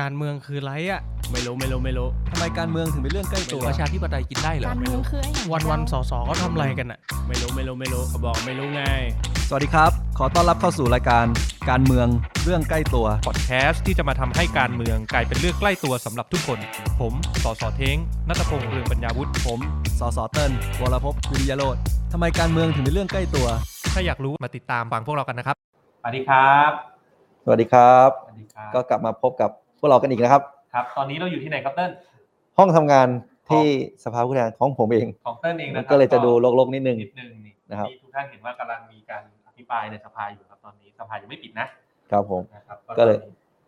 การเมืองคือไรอะ ไม่รู้ไม่รู้ไม่รู้ ทำไมการเมืองถึงเป็นเรื่องใกล้ตัไม่วรู้ ประชาธิปไตยกินได้เหรอ การเมืองคือไอ้อย่าง วันวันๆส เจ้า อสอเขาทำอะไรกันอะ ไม่รู้ไม่รู้ไม่รู้เขาบอกไม่รู้ไง สวัสดีครับ ขอต้อนรับเข้าสู่รายการการเมืองเรื่องใกล้ตัว พอดแคสต์ที่จะมาทำให้การเมืองกลายเป็นเรื่องใกล้ตัวสำหรับทุกคน ผมสอสอเท้งนัตพงษ์เรืองปัญญาวุฒิ ผมสอสอเติ้ลวรภพวิริยโรธทำไมการเมืองถึงเป็นเรื่องใกล้ตัว ถ้าอยากรู้มาติดตามฟังพวกเรากันนะครับ สวัสดีครับ สวัสดีครับ สวัสดีครับ ก็กลับมาพบกับพวกเรากันอีกนะครับ ครับ ตอนนี้เราอยู่ที่ไหนครับเติ้ล ห้องทำงานที่สภาผู้แทนของผมเอง ของเติ้ลเองนะครับ ก็เลยจะดูโลกๆนิดนึง นิดนึงนี่ นะครับ ที่ทุกท่านเห็นว่ากำลังมีการอภิปรายในสภาอยู่ครับตอนนี้สภายังไม่ปิดนะครับ ผม นะครับ ก็เลย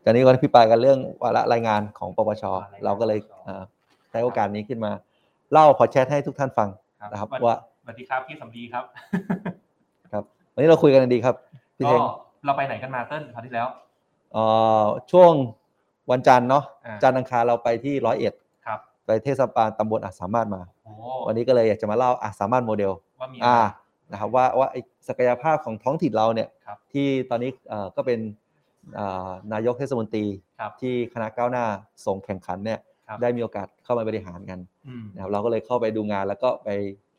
ตอนนี้ก็พิปรายกันเรื่องวาระรายงานของปปช เราก็เลยเอ่อใช้โอกาสนี้ขึ้นมา เล่าพอดแชทให้ทุกท่านฟัง นะครับว่า สวัสดีครับพี่สำลีครับ วันนี้เราคุยกันดีครับพี่เทก็ง เราไปไหนกันมาเติ้ลคราวที่แล้ว เอ่อช่วงวันจันทร์เนาะ อ่า จันทร์อังคารเราไปที่ร้อยเอ็ด ครับ ไปเทศบาลตำบลอาจสามารถมา โอ้ วันนี้ก็เลยอยากจะมาเล่าอาจสามารถโมเดล ว่ามี อ่า อะไร นะครับว่าว่าไอ้ศักยภาพของท้องถิ่นเราเนี่ย ครับ ที่ตอนนี้เอ่อก็เป็นเอ่อนายกเทศมนตรี ครับ ที่คณะก้าวหน้าส่งแข่งขันเนี่ย ครับ ได้มีโอกาสเข้ามาบริหารกัน อืม นะครับเราก็เลยเข้าไปดูงานแล้วก็ไป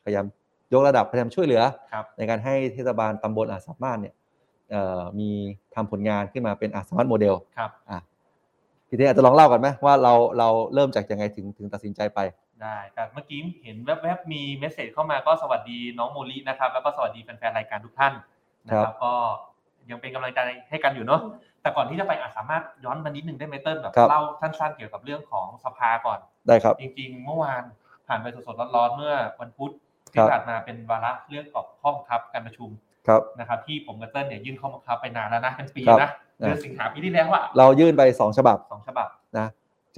พยายามยกระดับพยายามช่วยเหลือ ครับ ในการให้เทศบาลตำบลอาจสามารถเนี่ยเอ่อมีทำผลงานขึ้นมาเป็นอาจสามารถโมเดล ครับ อ่ะพี่เทอาจจะลองเล่ากันไหมว่าเราเราเริ่มจากยังไงถึงถึงตัดสินใจไป ได้แต่เมื่อกี้เห็นแวบๆมีเมสเซจเข้ามาก็สวัสดีน้องโมลินะครับ แล้วก็สวัสดีแฟนๆรายการทุกท่านนะค ครั รับบ ก็ยังเป็นกำลังใจให้กันอยู่เนาะแต่ก่อนที่จะไปอาจสามารถย้อนมานิดนึงได้ไหมเติ้ลแบบเล่าสั้นๆเกี่ยวกับเรื่องของสภาก่อน ได้ครับ จริงๆ เมื่อวานผ่านไปสดๆร้อนๆเมื่อวันพุธ ครั ที่ บ ผ่านมาเป็นวาระเรื่องของข้อบังคับการประชุม ครับ นะครับที่ผมกับเติ้ลเนี่ยยื่นข้อบังคับไปนานแล้วนะเป็นปี ครับ นะเดือน นะ สิงหาปีที่แล้วอะ เรายื่นไป 2 ฉบับ สองฉบับ นะ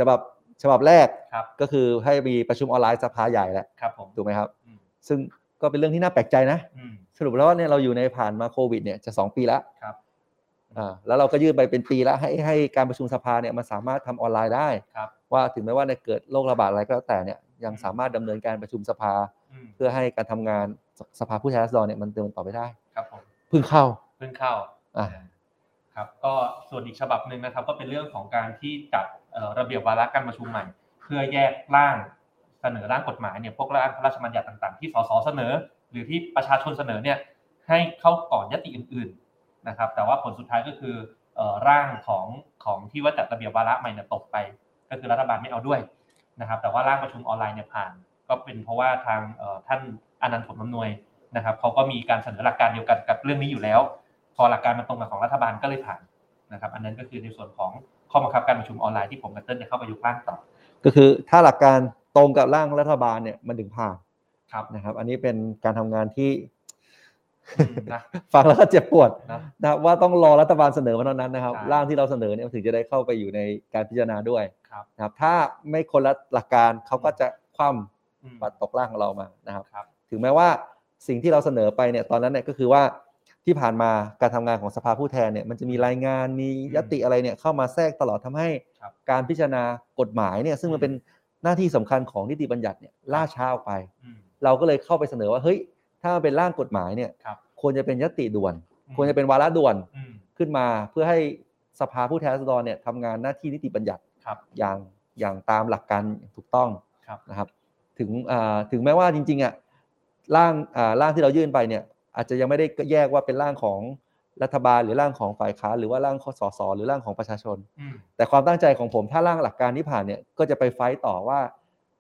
ฉบับฉบับแรก ครับ ก็คือให้มีประชุมออนไลน์สภาใหญ่แหละ ครับผม ถูกไหมครับ อืม ซึ่งก็เป็นเรื่องที่น่าแปลกใจนะ อืม สรุปแล้วว่าเนี่ยเราอยู่ในผ่านมาโควิดเนี่ยจะ 2 ปีแล้ว ครับ อ่าแล้วเราก็ยื่นไปเป็นปีแล้วให้ให้การประชุมสภาเนี่ยมันสามารถทำออนไลน์ได้ ครับ ว่าถึงแม้ว่าในเกิดโรคระบาดอะไรก็แล้วแต่เนี่ยยังสามารถดำเนินการประชุมสภา อืม เพื่อให้การทำงานสสภาผู้แทนราษฎรเนี่ยมันเดินต่อไปได้ ครับผม เพิ่งเข้า เพิ่งเข้า อ่ะ ครับก็ส่วนอีกฉบับหนึ่งนะครับ ก็เป็นเรื่องของการที่จัดเอ่อระเบียบวาระการประชุมใหม่ เพื่อแยกร่างเสนอร่างกฎหมายเนี่ยพวกร่างพระราชบัญญัติต่างๆ ที่สสเสนอ หรือที่ประชาชนเสนอเนี่ยให้เข้าก่อนยติอื่น ๆนะครับ แต่ว่าผลสุดท้ายก็คือเอ่อร่างของของที่ว่าจัดระเบียบวาระใหม่เนี่ยตกไป ก็คือรัฐบาลไม่เอาด้วยนะครับ แต่ว่าร่างประชุมออนไลน์เนี่ยผ่าน ก็เป็นเพราะว่าทางเอ่อท่านอนันต์ผลอำนวยนะครับเขาก็มีการเสนอหลักการเดียวกันกับเรื่องนี้อยู่แล้ว พอหลักการมันตรงกับของรัฐบาลก็เลยผ่านนะครับ อันนั้นก็คือในส่วนของข้อบังคับการประชุมออนไลน์ที่ผมกับเติ้ลจะเข้าไปยกร่างต่อ ก็คือถ้าหลักการตรงกับร่างรัฐบาลเนี่ยมันถึงผ่าน ครับ นะครับ อันนี้เป็นการทำงานที่ อืมนะ ฟังแล้วก็เจ็บปวด นะ นะครับว่าต้องรอรัฐบาลเสนอมาเท่านั้นนะครับ ใช่ ร่างที่เราเสนอเนี่ยมันถึงจะได้เข้าไปอยู่ในการพิจารณาด้วย ครับ นะครับ ถ้าไม่คนละหลักการเขาก็จะคว่ อืม ำปัดตกร่างของเรามานะครับ ครับ ถึงแม้ว่าสิ่งที่เราเสนอไปเนี่ยตอนนั้นเนี่ยก็คือว่าที่ผ่านมาการทำงานของสภาผู้แทนเนี่ยมันจะมีรายงานมียติอะไรเนี่ยเข้ามาแทรกตลอดทำให้ ครับ การพิจารณากฎหมายเนี่ยซึ่งมันเป็นหน้าที่สำคัญของนิติบัญญัติเนี่ยล่าช้าออกไป อืม เราก็เลยเข้าไปเสนอว่าเฮ้ยถ้ามันเป็นร่างกฎหมายเนี่ย ครับ ควรจะเป็นยติด่วน อืม ควรจะเป็นวาระด่วน อืม ขึ้นมาเพื่อให้สภาผู้แทนราษฎรเนี่ยทำงานหน้าที่นิติบัญญัติ ครับ อย่างอย่างตามหลักการถูกต้อง ครับ นะครับ ถึงอ่าถึงแม้ว่าจริงๆอ่ะร่างอ่าร่างที่เรายื่นไปเนี่ยอาจจะยังไม่ได้แยกว่าเป็นร่างของรัฐบาลหรือร่างของฝ่ายค้านหรือว่าร่างของสสหรือร่างของประชาชน อืม แต่ความตั้งใจของผมถ้าร่างหลักการที่ผ่านเนี่ยก็จะไปไฟต์ต่อว่า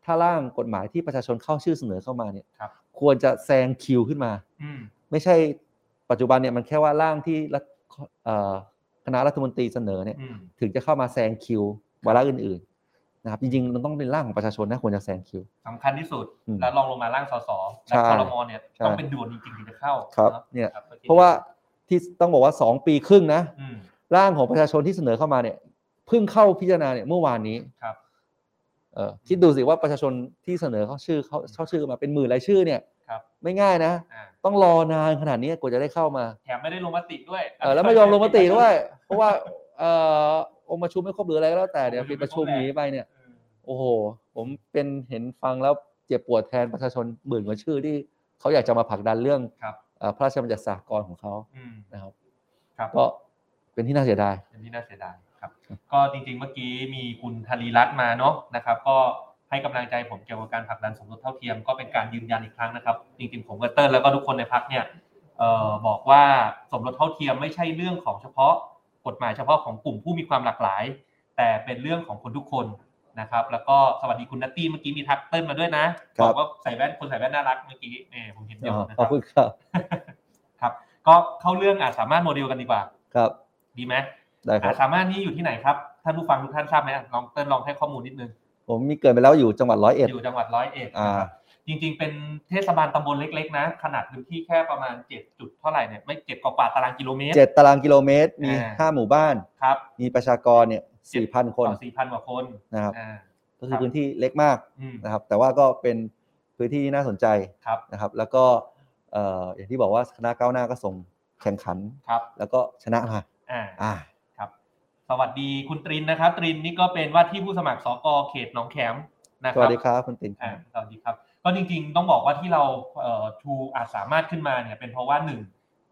ถ้าร่างกฎหมายที่ประชาชนเข้าชื่อเสนอเข้ามาเนี่ย ครับ ควรจะแซงคิวขึ้นมา อืม ไม่ใช่ปัจจุบันเนี่ยมันแค่ว่าร่างที่รัฐเอ่อคณะรัฐมนตรีเสนอเนี่ย อืม ถึงจะเข้ามาแซงคิววาระอื่นๆนะครับจริงๆมันต้องเป็นร่างของประชาชนนะควรจะแซงคิว สำคัญที่สุด อืม แล้วลองลงมาร่างสสและ ใช่ คอรมอเนี่ย ใช่ ต้องเป็นด่วนจริงๆถึงจะเข้า ครับ อ เนี่ย คบมื่อกี้ เพราะว่าที่ต้องบอกว่า 2 ปีครึ่งนะ อืม ร่างของประชาชนที่เสนอเข้ามาเนี่ยเพิ่งเข้าพิจารณาเนี่ยเมื่อวานนี้ ครับ เออคิดดูสิว่าประชาชนที่เสนอเข้าชื่อเข้าเข้าชื่อมาเป็นหมื่นรายชื่อเนี่ย ครับ ไม่ง่ายนะ อ่า ต้องรอนานขนาดนี้กว่าจะได้เข้ามา แถมไม่ได้ลงมติด้วย เออแล้วไม่ยอมลงมติด้วย เพราะว่าเอ่อองค์ประชุมไม่ครบหรืออะไรก็แล้วแต่เนี่ยปิดประชุมหนีไปเนี่ย อืม โอ้โห ผมเป็นเห็นฟังแล้วเจ็บปวดแทนประชาชนหมื่นกว่าชื่อที่เขาอยากจะมาผลักดันเรื่อง ครับ เอ่อพระราชบัญญัติสากลของเขา อืม นะครับ ครับ ก็เป็นที่น่าเสียดาย เป็นที่น่าเสียดาย ครับก็จริงๆเมื่อกี้มีคุณธารีรัตน์มาเนาะนะครับ ก็ให้กำลังใจผมเกี่ยวกับการผลักดันสมรสเท่าเทียมก็เป็นการยืนยันอีกครั้งนะครับ จริงๆผมกับเติ้ลแล้วก็ทุกคนในพักเนี่ยเอ่อบอกว่าสมรสเท่าเทียมไม่ใช่เรื่องของเฉพาะกฎหมายเฉพาะของกลุ่มผู้มีความหลากหลาย แต่เป็นเรื่องของคนทุกคนนะครับ แล้วก็สวัสดีคุณนัตตี้เมื่อกี้มีทักเติ้ลมาด้วยนะครับ อกว่าใส่แว่นคนใส่แว่นน่ารักเมื่อกี้เนี่ยผมเห็นอยู่ อ๋อ นะ ข ค อบ รับ คุณครับ ครับก็เข้าเรื่องอาจสามารถโมเดลกันดีกว่า ครับ ดีไหม ได้ค อา รั จ บ สามารถนี่อยู่ที่ไหนครับ ท่านผู้ฟังทุกท่านทราบไหมอ่ะลองเติ้ลลองให้ข้อมูลนิดนึง ผมมีเกิดไปแล้วอยู่จังหวัดร้อยเอ็ด อยู่จังหวัดร้อยเอ็ด อ่า จริง ๆ เป็นเทศบาลตำบลเล็ก ๆ นะ ขนาดพื้นที่แค่ประมาณเจ็ดจุดเท่าไหร่เนี่ยไม่เจ็ดกว่าๆตารางกิโลเมตร เจ็ดตารางกิโลเมตร มี อ่า ห้าหมู่บ้าน ครับ มีประชากรเนี่ยสี่พันคน สี่พันกว่าคน นะครับ อ่า ก็ ค คื รั อบ พื้นที่เล็กมาก อืม นะครับ แต่ว่าก็เป็นพื้นที่ที่น่าสนใจ ครับ นะครับ แล้วก็เอ่ออย่างที่บอกว่าคณะก้าวหน้าก็ส่งแข่งขัน ครับ แล้วก็ชนะมา อ่า อ่า สวัสดีคุณตรินนะครับ ตรินนี่ก็เป็นว่าที่ผู้สมัครสกเขตหนองแขมนะ ส ครั วั บ สดีครับคุณตินค อ่า รับ สวัสดีครับ ก็จริงๆ ต้องบอกว่าที่เราเอ่อทูอาจสามารถขึ้นมาเนี่ยเป็นเพราะว่าหนึ่ง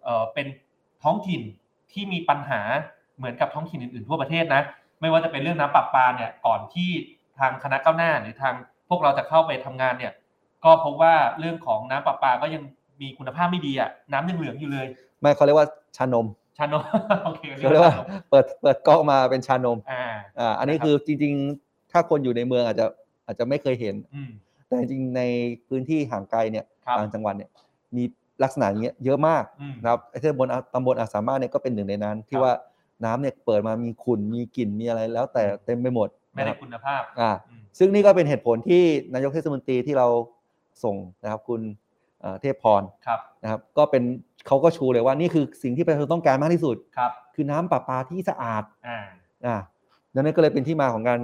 เอ่อเป็นท้องถิ่นที่มีปัญหาเหมือนกับท้องถิ่นอื่นๆ ทั่วประเทศนะ ไม่ว่าจะเป็นเรื่องน้ำประปาเนี่ยก่อนที่ทางคณะก้าวหน้าหรือทางพวกเราจะเข้าไปทำงานเนี่ย ก็พบว่าเรื่องของน้ำประปาก็ยังมีคุณภาพไม่ดีอ่ะน้ำยังเหลืองอยู่เลย ไม่เขาเรียกว่าชานม ชานม โอเค เขาเรียกว่า เปิดเปิดก๊อกมาเป็นชานม อ่า อ่าอันนี้ นะครับ คือจริงๆ ถ้าคนอยู่ในเมืองอาจจะอาจจะไม่เคยเห็น อืม แต่จริงๆในพื้นที่ห่างไกลเนี่ย ครับ ต่างจังหวัดเนี่ยมีลักษณะอย่างเงี้ยเยอะมาก อืม นะครับไอ้ที่บนตำบลอาจสามารถเนี่ยก็เป็นหนึ่งในนั้น ค ที่ รับ ว่าน้ำเนี่ยเปิดมามีขุ่นมีกลิ่นมีอะไรแล้วแต่เต็มไปหมด ไม่นะคได้รับ คุณภาพ อ่า อืม ซึ่งนี่ก็เป็นเหตุผลที่นายกเทศมนตรีที่เราส่งนะครับคุณเอ่อเทพพร ครับ นะครับก็เป็นเขาก็ชูเลยว่านี่คือสิ่งที่ประชาชนต้องการมากที่สุด ครับ คือน้ำประปาที่สะอาด อ่า อ่าดังนั้นก็เลยเป็นที่มาของการ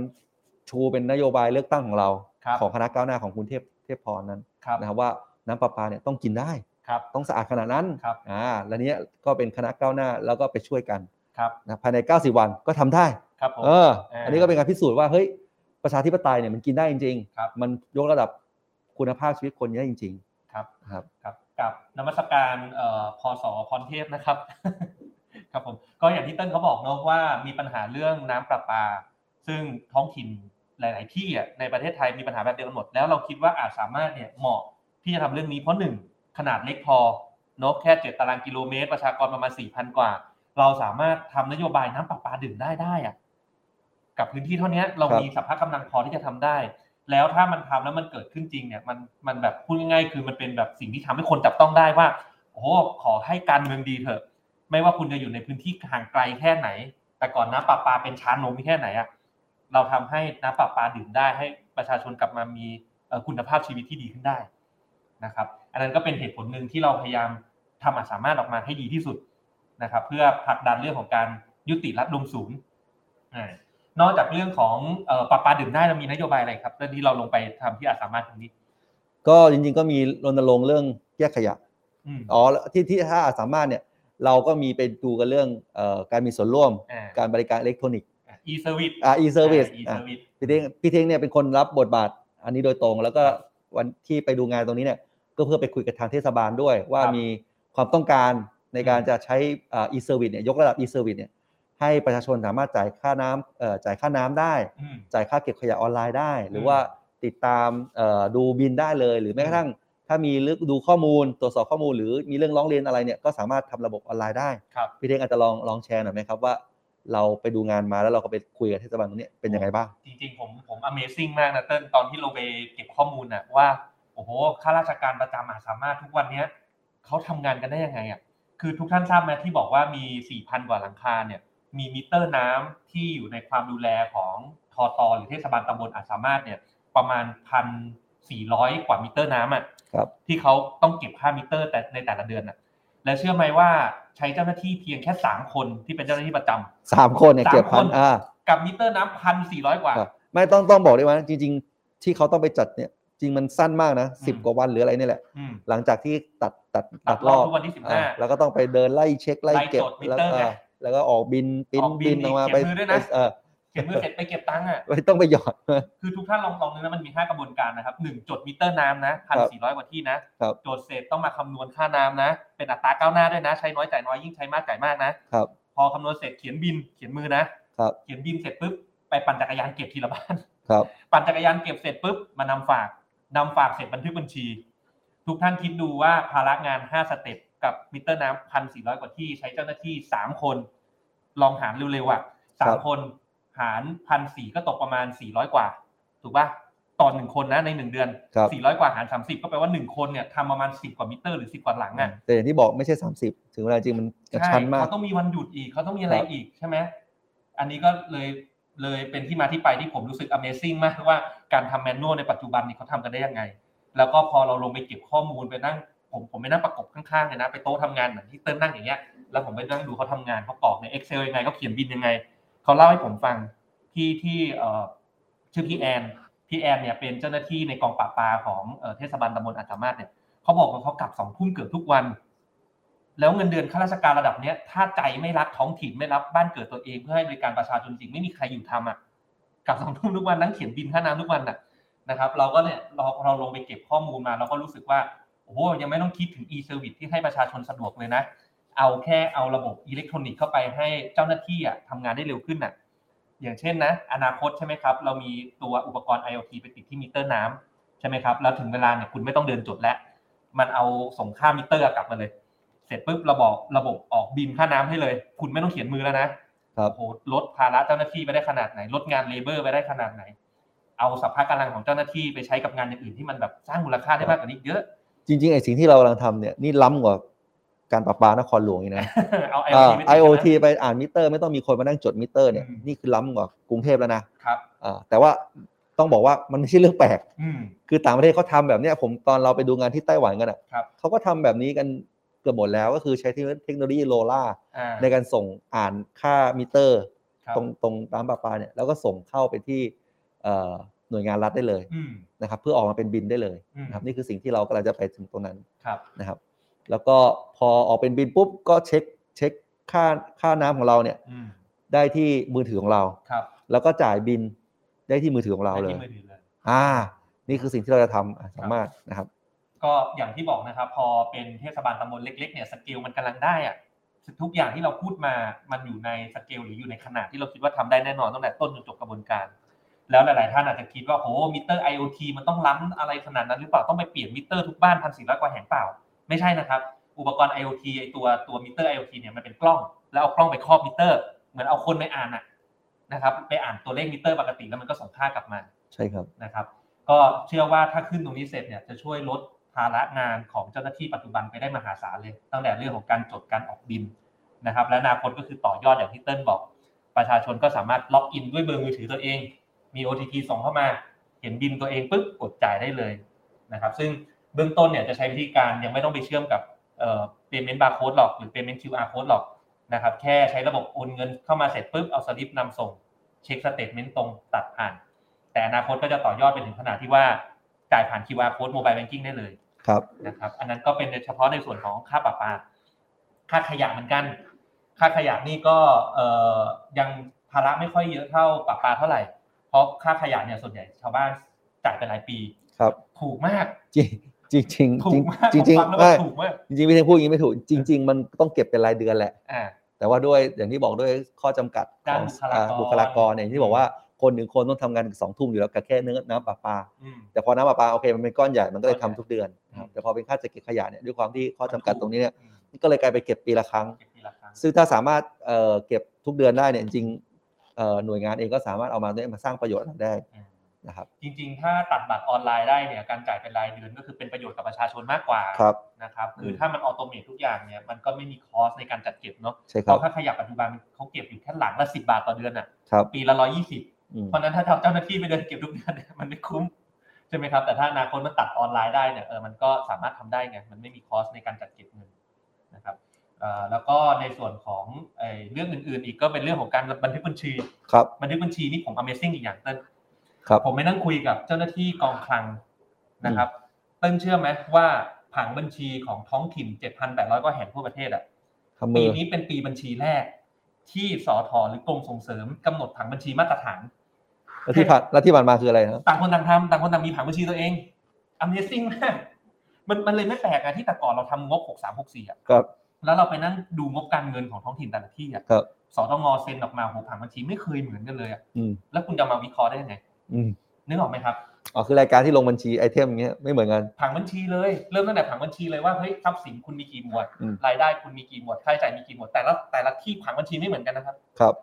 ชูเป็นนโยบายเลือกตั้งของเรา ครับ ของคณะก้าวหน้าของคุณเทพเทพพรนั้น ครับ นะครับว่าน้ำประปาเนี่ยต้องกินได้ ครับ ต้องสะอาดขนาดนั้น ครับ อ่า แล้วเนี้ยก็เป็นคณะก้าวหน้าแล้วก็ไปช่วยกัน ครับ นะภายใน 90 วันก็ทำได้ ครับผม เออ อ่า อันนี้ก็เป็นการพิสูจน์ว่า เฮ้ย ประชาธิปไตยเนี่ยมันกินได้จริง ครับ มันยกระดับคุณภาพชีวิตคนได้จริง ครับ ๆ ครับ ครับกับนมัสการเอ่อพอสอพรเทพนะครับ ครับผมก็อย่างที่เต้นเขาบอกเนาะว่ามีปัญหาเรื่องน้ำประปา ซึ่งท้องถิ่นหลาย ๆ ที่อะในประเทศไทยมีปัญหาแบบเดียวกันหมด แล้วเราคิดว่าอาจสามารถเนี่ยเหมาะที่จะทำเรื่องนี้เพราะหนึ่งขนาดเล็กพอเนาะแค่เจ็ดตารางกิโลเมตร ประชากรประมาณสี่พันกว่า เราสามารถทำนโยบายน้ำประปาดื่มได้ได้อะกับพื้นที่เท่านี้เรา ครับ มีสัพพะกำลังพอที่จะทำได้ แล้วถ้ามันทำแล้วมันเกิดขึ้นจริงเนี่ยมันมันแบบพูดง่ายๆคือมันเป็นแบบสิ่งที่ทำให้คนจับต้องได้ว่าโอ้โหขอให้การเมืองดีเถอะ ไม่ว่าคุณจะอยู่ในพื้นที่ห่างไกลแค่ไหน แต่ก่อนน้ำประปาเป็นชานมแค่ไหนอะเราทำให้น้ำประปาดื่มได้ให้ประชาชนกลับมามีเอ่อคุณภาพชีวิตที่ดีขึ้นได้นะครับ อันนั้นก็เป็นเหตุผลหนึ่งที่เราพยายามทำอาจสามารถออกมาให้ดีที่สุดนะครับ เพื่อผลักดันเรื่องของการยุติรัฐลมศูนย์อ่า นอกจากเรื่องของเอ่อปรับปลาดื่มได้เรามีนโยบายอะไรครับเรื่องที่เราลงไปทำที่อาจสามารถตรงนี้ ก็จริงๆ ก็มีรณรงค์เรื่องแยกขยะ อืม อ๋อแล้วที่ที่ถ้าอาจสามารถเนี่ย เราก็มีไปดูกันเรื่องเอ่อการมีส่วนร่วม อ่า การบริการอิเล็กทรอนิกส์ e service อ่า e service า e อ่ะ service พี่เท้งพี่เท้งเนี่ยเป็นคนรับบทบาทอันนี้โดยตรง แล้วก็วันที่ไปดูงานตรงนี้เนี่ยก็เพื่อไปคุยกับทางเทศบาลด้วย ว่า ครับ มีความต้องการในการ อืม จะใช้อ่า e-service เนี่ยยกระดับ e-service เนี่ยให้ประชาชนสามารถจ่ายค่าน้ำเอ่อจ่ายค่าน้ำได้ อืม จ่ายค่าเก็บขยะออนไลน์ได้ หรือ ม ว่าติดตามเอ่อดูบินได้เลย หรือแม้กระทั่งถ้ามีเรื่องดูข้อมูลตรวจสอบข้อมูล หรือมีเรื่องร้องเรียนอะไรเนี่ยก็สามารถทำระบบออนไลน์ได้ ครับ พี่เท้งอาจจะลองลองแชร์หน่อยไหมครับว่า เราไปดูงานมาแล้วเราก็ไปคุยกับเทศบาลตรงนี้เป็นยังไงบ้าง จริงๆ ผมผม amazing มากนะเติ้ลตอนที่เราไปเก็บข้อมูลนะว่าโอ้โหข้าราชการประจำมหาสามารถทุกวันเนี้ยเขาทำงานกันได้ยังไงอ่ะคือทุกท่านทราบไหมที่บอกว่ามี 4,000 กว่าหลังคาเนี่ยมีมิเตอร์น้ำที่อยู่ในความดูแลของทอตอหรือเทศบาลตำบลอาจสามารถเนี่ยประมาณ 1,400 กว่ามิเตอร์น้ำอ่ะ ครับ ที่เขาต้องเก็บค่ามิเตอร์แต่ในแต่ละเดือนอ่ะและเชื่อไหมว่าใช้เจ้าหน้าที่เพียงแค่สามคนที่เป็นเจ้าหน้าที่ประจำ สามคนเนี่ย สาม เก็บพัน คน อ่า กับมิเตอร์น้ำพันสี่ร้อยกว่า ครับไม่ต้องต้องบอกด้วยว่าจริง ๆ ที่เขาต้องไปจัดเนี่ยจริงมันสั้นมากนะสิบ อืม กว่าวันหรืออะไรนี่แหละ อืม หลังจากที่ตัดตัด ตั ตั ด ด ร ร อ อ บบ ทุกวันที่สิบห้า อ่าแล้วก็ต้องไปเดินไล่เช็คไล่ ไล่ เก็บ จดมิ แล้ว เตอร์ไง อ่าแล้วก็ออกบินปิ้น ออกบิน บินออกมา เขียน ไป มือด้วยนะ ไปเออ เขียนมือเสร็จไปเก็บตังค์อ่ะ ไม่ต้องไปหยอด คือทุกท่านลองลองนึกนะมันมีห้ากระบวนการนะครับหนึ่งจดมิเตอร์น้ำนะพันสี่ร้อยกว่าที่นะครับ จดเสร็จต้องมาคำนวณค่าน้ำนะ เป็นอัตราก้าวหน้าด้วยนะ ใช้น้อยจ่ายน้อยยิ่งใช้มากจ่ายมากนะ ครับ พอคำนวณเสร็จเขียนบินเขียนมือนะ ครับ เขียนบินเสร็จปุ๊บไปปั่นจักรยานเก็บทีละบ้าน ครับ ปั่นจักรยานเก็บเสร็จปุ๊บมานำฝากนำฝากเสร็จบันทึกบัญชี ทุกท่านคิดดูว่าภาระงาน 5 สเต็ปกับมิเตอร์น้ำพันสี่ร้อยกว่าที่ใช้เจ้าหน้าที่ 3 คน ลองหารเร็วๆอ่ะสามคนหารพันสี่ก็ตกประมาณ 400 กว่า ถูกปะต่อหนึ่งคนนะในหนึ่งเดือน ครับ 400 กว่าหาร 30 ก็แปลว่า 1 คนเนี่ยทำประมาณ 10 กว่ามิเตอร์หรือ 10 กว่าหลังอ่ะ แต่อย่างที่บอกไม่ใช่ 30 ถึงเวลาจริงมันกระชั้นมาก เขาต้องมีวันหยุดอีกเขาต้องมีอะไร ครับ อีกใช่ไหมอันนี้ก็เลยเลยเป็นที่มาที่ไปที่ผมรู้สึก Amazing มากว่าการทำแมนนวลในปัจจุบันนี่เขาทำกันได้ยังไง แล้วก็พอเราลงไปเก็บข้อมูลไปนั่ง ผมผมไปนั่งประกบข้างๆเลยนะ ไปโต๊ะทำงานเหมือนที่เติ้ลนั่งอย่างเงี้ยแล้วผมไปนั่งดูเขาทำงานเขากรอกใน Excel ยังไงเขาเขียนบินยังไง เขาเล่าให้ผมฟังที่ที่เอ่อชื่อพี่แอนพี่แอนเนี่ยเป็นเจ้าหน้าที่ในกองปราบปรามของเอ่อเทศบาลตำบลอัตมาศเนี่ยเขาบอกว่าเขากลับสองทุ่มเกือบทุกวัน แล้วเงินเดือนข้าราชการระดับเนี้ยถ้าใจไม่รักท้องถิ่นไม่รักบ้านเกิดตัวเองเพื่อให้บริการประชาชนจริงไม่มีใครอยู่ทำอ่ะกลับสองทุ่มทุกวันนั่งเขียนบินค่าน้ำทุกวันอ่ะนะครับ เราก็เนี่ยเราเราลงไปเก็บข้อมูลมาเราก็รู้สึกว่าโอ้โหยังไม่ต้องคิดถึง e-service ที่ให้ประชาชนสะดวกเลยนะ เอาแค่เอาระบบอิเล็กทรอนิกส์เข้าไปให้เจ้าหน้าที่อ่ะทำงานได้เร็วขึ้นอ่ะ อย่างเช่นนะ อนาคตใช่ไหมครับ เรามีตัวอุปกรณ์ IoT ไปติดที่มิเตอร์น้ำใช่ไหมครับ แล้วถึงเวลาเนี่ยคุณไม่ต้องเดินจดแล้ว มันเอาส่งค่ามิเตอร์กลับมาเลย เสร็จปุ๊บระบบระบบออกบินค่าน้ำให้เลย คุณไม่ต้องเขียนมือแล้วนะครับ โอ้โหลดภาระเจ้าหน้าที่ไปได้ขนาดไหน ลดงานเลเบอร์ไปได้ขนาดไหน เอาสัพพะกำลังของเจ้าหน้าที่ไปใช้กับงานอย่างอื่นที่มันแบบสร้างมูลค่าได้มากกว่านี้เยอะ จริงๆไอ้สิ่งที่เรากำลังทำเนี่ยนี่ล้ำกว่าการประปานครหลวงอีกนะ เอา อ่า IoT ปติดนะ IoT ไปอ่านมิเตอร์ ไม่ต้องมีคนมานั่งจดมิเตอร์เนี่ย อืม นี่คือล้ำกว่ากรุงเทพแล้วนะครับ อ่าแต่ว่าต้องบอกว่ามันไม่ใช่เรื่องแปลก อืม คือต่างประเทศเขาทำแบบเนี้ยผมตอนเราไปดูงานที่ไต้หวันกันอ่ะ ครับ เขาก็ทำแบบนี้กันเกือบหมดแล้วก็คือใช้เทคโนโลยีโลล่า อ่า ในการส่งอ่านค่ามิเตอร์ คบ ตรงตรงตามประปาเนี่ยแล้วก็ส่งเข้าไปที่เอ่อหน่วยงานรัฐได้เลย อืม นะครับ เพื่อออกมาเป็นบินได้เลย อืม นะครับนี่คือสิ่งที่เรากำลังจะไปถึงตรงนั้น ครับ นะครับ แล้วก็พอออกเป็นบินปุ๊บก็เช็คเช็คค่าค่าน้ำของเราเนี่ย อืม ได้ที่มือถือของเรา ครับ แล้วก็จ่ายบินได้ที่มือถือของเราเลยได้ที่มือถือเลย อ่า นี่คือสิ่งที่เราจะทำอ่ะสามารถนะครับ ก็อย่างที่บอกนะครับ พอเป็นเทศบาลตำบลเล็กๆเนี่ยสเกลมันกำลังได้อะทุกอย่างที่เราพูดมามันอยู่ในสเกลหรืออยู่ในขนาดที่เราคิดว่าทำได้แน่นอนตั้งแต่ต้นจนจบกระบวนการ แล้วหลาย ๆ ท่านอาจจะคิดว่าโหมิเตอร์ IoT มันต้องล้ำอะไรขนาดนั้นหรือเปล่าต้องไปเปลี่ยนมิเตอร์ทุกบ้านพันสี่ร้อยกว่าแห่งเปล่า ไม่ใช่นะครับ อุปกรณ์ IoT ไอตัวตัวมิเตอร์ IoT เนี่ยมันเป็นกล้อง แล้วเอากล้องไปครอบมิเตอร์ เหมือนเอาคนไปอ่านอะนะครับไปอ่านตัวเลขมิเตอร์ปกติแล้วมันก็ส่งค่ากลับมา ใช่ครับ นะครับก็เชื่อว่าถ้าขึ้นตรงนี้เสร็จเนี่ยจะช่วยลดภาระงานของเจ้าหน้าที่ปัจจุบันไปได้มหาศาลเลย ตั้งแต่เรื่องของการจดการออกบินนะครับและอนาคตก็คือต่อยอดอย่างที่เติ้ลบอก ประชาชนก็สามารถล็อกอินด้วยเบอร์มือถือตัวเอง มี OTP ส่งเข้ามา เห็นบินตัวเองปุ๊บกดจ่ายได้เลยนะครับซึ่งเบื้องต้นเนี่ยจะใช้วิธีการยังไม่ต้องไปเชื่อมกับเอ่อ payment barcode หรอกหรือ payment QR code หรอกนะครับแค่ใช้ระบบโอนเงินเข้ามาเสร็จปุ๊บเอาสลิปนำส่ง เช็คสเตทเมนต์ตรงตัดผ่าน แต่อนาคตก็จะต่อยอดไปถึงขนาดที่ว่าจ่ายผ่าน QR code mobile banking ได้เลย ครับ นะครับ อันนั้นก็เป็นเฉพาะในส่วนของค่าประปา ค่าขยะเหมือนกัน ค่าขยะนี่ก็เอ่อยังภาระไม่ค่อยเยอะเท่าประปาเท่าไหร่ เพราะค่าขยะเนี่ยส่วนใหญ่ชาวบ้านจ่ายเป็นรายปี ครับ ถูกมาก จริงจริงจริง ถูกมาก จริงจริง ผมฟัแล้ว ไม่ มันถูกมาก จริงๆพี่เทงพูดอย่างนี้ไม่ถูกจริง ๆ มันต้องเก็บเป็นรายเดือนแหละ อ่า แต่ว่าด้วยอย่างที่บอกด้วยข้อจำกัดข ด้า อน ง บุคลากร อ่าบุคลากรเนี่ยอย่างที่บอกว่าคนหนึ่งคนต้องทำงานถึงสองทุ่มอยู่แล้วกับแค่เนื้อน้ำประปา อืม แต่พอน้ำประปาโอเคมันเป็นก้อนใหญ่มันก็เลย ก้อ ทำ นใหญ่ ทุกเดือนนะครับแต่พอเป็นค่าจัดเก็บขยะเนี่ยด้วยความที่ข้อจำกัด มันตถูกรงนี้เนี่ย อืม ก็เลยกลายไปเก็บปีละครั้ง เก็บทีละครั้ง ซึ่งถ้าสามารถเอ่อเก็บทุกเดือนได้เนี่ยจริงๆเอ่อหน่วยงานเองก็สามารถเอามาเนี่ยมาสร้างประโยชน์ได้ อืม นะครับ จริงๆ ถ้าตัดบัตรออนไลน์ได้เนี่ย การจ่ายเป็นรายเดือนก็คือเป็นประโยชน์กับประชาชนมากกว่า ครับ นะครับ คือ ม ถ้ามันออโตเมททุกอย่างเนี่ย มันก็ไม่มีคอสในการจัดเก็บเนาะ ใช่ เพ ครับ ราะถ้าขยับปัจจุบันเขาเก็บอยู่แค่หลังละสิบาทต่อเดือนอ่ะ ครับ ปีละร้อยี่สิบ อืม เพราะฉะนั้นถ้าเจ้าหน้าที่ไปเดินเก็บทุกเดือนเนี่ยมันไม่คุ้มใช่ไหมครับ แต่ถ้าอนาคตมันตัดออนไลน์ได้เนี่ย เออ มันก็สามารถทำได้ไง มันไม่มีคอสในการจัดเก็บเงินนะครับเอ่อแล้วก็ในส่วนของเอ่อเรื่องอื่นๆ อีกก็เป็นเรื่องของการบันทึกบัญชี ครับ บันทึกบัญชีนี่ผม Amazing อีกอย่างเต้น ครับ ผมไปนั่งคุยกับเจ้าหน้าที่กองคลังนะครับ เต้นเชื่อไหมว่าผังบัญชีของท้องถิ่น 7,800 กว่าแห่งทั่วประเทศอ่ะ ทำมื ปี อ นี้เป็นปีบัญชีแรก ที่สอทอหรือกรมส่งเสริมกำหนดผังบัญชีมาตรฐาน แล้วที่ผ่านแล้วที่ผ่านมาคืออะไรนะ ต่างคนต่างทำต่างคนต่างมีผังบัญชีตัวเอง Amazing มากมันมันเลยไม่แปลกอะที่แต่ก่อนเราทำงบ 6364อ่ะ ครับ แล้วเราไปนั่งดูงบการเงินของท้องถิ่นแต่ละที่อ่ะ ครับ สตงเซ็นออกมาโหผังบัญชีไม่เคยเหมือนกันเลยอะ อืม แล้วคุณจะมาวิเคราะห์ได้ยังไง อืม นึกออกไหมครับ อ๋อคือรายการที่ลงบัญชีไอเทมอย่างเงี้ยไม่เหมือนกัน ผังบัญชีเลย เริ่มตั้งแต่ผังบัญชีเลยว่าเฮ้ยทรัพย์สินคุณมีกี่หมวด อืม รายได้คุณมีกี่หมวดค่าใช้จ่ายมีกี่หมวดแต่ละแต่ละที่ผังบัญชีไม่เหมือนกันนะครับ ครับ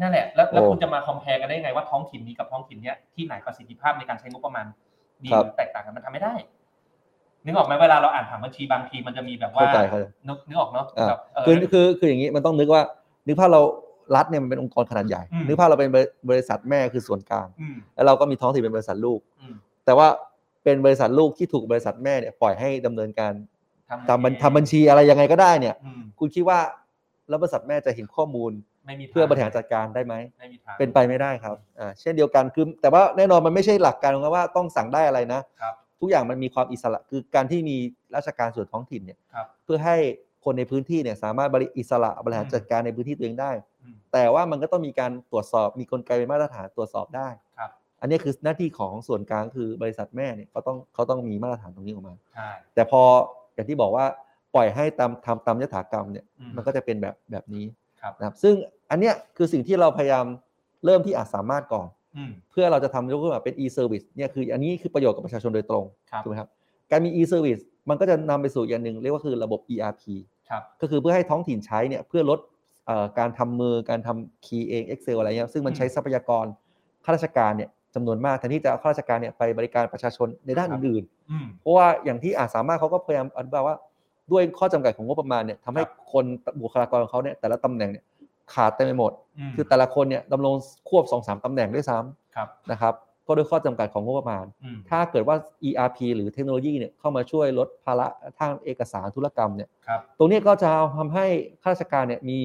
นั่นแหละแล้วแล้ว โอ้ คุณจะมาคอมเพลกันได้ยังไงว่าท้องถิ่นนี้กับท้องถิ่นเนี้ยที่ไหนประสิทธิภาพในการใช้งบประมาณดี ครับ หรือแตกต่างกันมันทำไม่ได้ นึกออกไหมเวลาเราอ่านผังบัญชีบางทีมันจะมีแบบว่า เข้าใจเข้าใจ นึกนึกออกเนาะ อ่า แบบเ คือคือคืออย่างนี้มันต้องนึกว่า นึกภาพเรารัฐเนี่ยมันเป็นองค์กรขนาดใหญ่ อืม นึกภาพเราเป็นบริบริษัทแม่คือส่วนกลาง ม แล้วเราก็มีท้องถิ่นเป็นบริษัทลูก อืม แต่ว่าเป็นบริษัทลูกที่ถูกบริษัทแม่เนี่ยปล่อยให้ดำเนินการทำบัญทำบัญชีอะไรยังไงก็ได้เนี่ย อืม คุณคิดว่าแล้วบริษัทแม่จะเห็นข้อมูล ไม่มีทง เพื่อบริหารจัดการได้ไหม ไม่มีทาง เป็นไปไม่ได้ครับอ่าเช่นเดียวกันคือแต่ว่าแน่นอนมันไม่ใช่หลักการว่าต้องสั่งได้อะไรนะครับ ทุกอย่างมันมีความอิสระคือการที่มีราชการส่วนท้องถิ่นเนี่ย ครับ เพื่อให้คนในพื้นที่เนี่ยสามารถบริอิสระบริหาร อืม จัดการในพื้นที่ตัวเองได้ อืม แต่ว่ามันก็ต้องมีการตรวจสอบมีกลไกเป็นมาตรฐานตรวจสอบได้ ครับ อันนี้คือหน้าที่ของส่วนกลางคือบริษัทแม่เนี่ยเขาต้องเขาต้องมีมาตรฐานตรงนี้ออกมา ใช่ แต่พออย่างที่บอกว่าปล่อยให้ตามทำตามยถากรรมเนี่ย อื มันก็จะเป็นแบบแบบนี้ ครับ นะครับซึ่งอันเนี้ยคือสิ่งที่เราพยายามเริ่มที่อาจสามารถก่อน อืม เพื่อเราจะทำยกขึ้นมาเป็น e-service เนี่ยคืออันนี้คือประโยชน์กับประชาชนโดยตรง ครับ ถูกไหมครับการมี e-service มันก็จะนำไปสู่อย่างหนึ่งเรียกว่าคือระบบ ERP ครับ ก็คือเพื่อให้ท้องถิ่นใช้เนี่ยเพื่อลดเอ่อการทำมือการทำคีย์เอง Excel อะไรเงี้ยซึ่งมันใช้ทรัพยากรข้าราชการเนี่ยจำนวนมากแทนที่จะเอาข้าราชการเนี่ยไปบริการประชาชนในด้านอื่น อืม ๆ เพราะว่าอย่างที่อาจสามารถเขาก็พยายามอธิบายว่าด้วยข้อจำกัดของงบประมาณเนี่ยทำให้คนบุคลากรของเขาเนี่ยแต่ละตำแหน่งเนี่ยขาดเต็มไปหมด ม คือแต่ละคนเนี่ยดำรงควบสองสามตำแหน่งด้วยซ้ำ ครับ นะครับก็ด้วยข้อจำกัดของงบประมาณ อืม ถ้าเกิดว่า ERP หรือเทคโนโลยีเนี่ยเข้ามาช่วยลดภาระทางเอกสารธุรกรรมเนี่ย ครับ ตรงเนี้ยก็จะทำให้ข้าราชการเนี่ยมี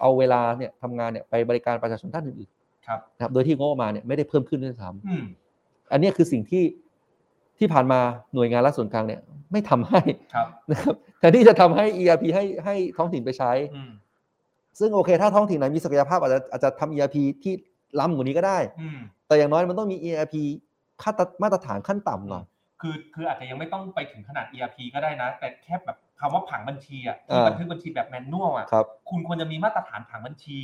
เอาเวลาเนี่ยทำงานเนี่ยไปบริการประชาชนท่านอื่น ครับ ๆนะครับโดยที่งบประมาณเนี่ยไม่ได้เพิ่มขึ้นด้วยซ้ อืม ำอันเนี้ยคือสิ่งที่ที่ผ่านมาหน่วยงานรัฐส่วนกลางเนี่ยไม่ทำให้ ครับ นะครับแต่ที่จะทำให้ ERP ให้ให้ท้องถิ่นไปใช้ อืม ซึ่งโอเค ถ้าท้องถิ่นไหนมีศักยภาพอาจจะอาจจะทำ ERP ที่ล้ำกว่านี้ก็ได้ อืม แต่อย่างน้อยมันต้องมี ERP ค่าตมาตรฐานขั้นต่ำหน่อย คือคืออาจจะยังไม่ต้องไปถึงขนาด ERP ก็ได้นะ แต่แค่แบบคำว่าผังบัญชีอ่ะที่ อ่า บันทึกบัญชีแบบแมนนวลอ่ะ ครับ คุณควรจะมีมาตรฐานผังบัญชี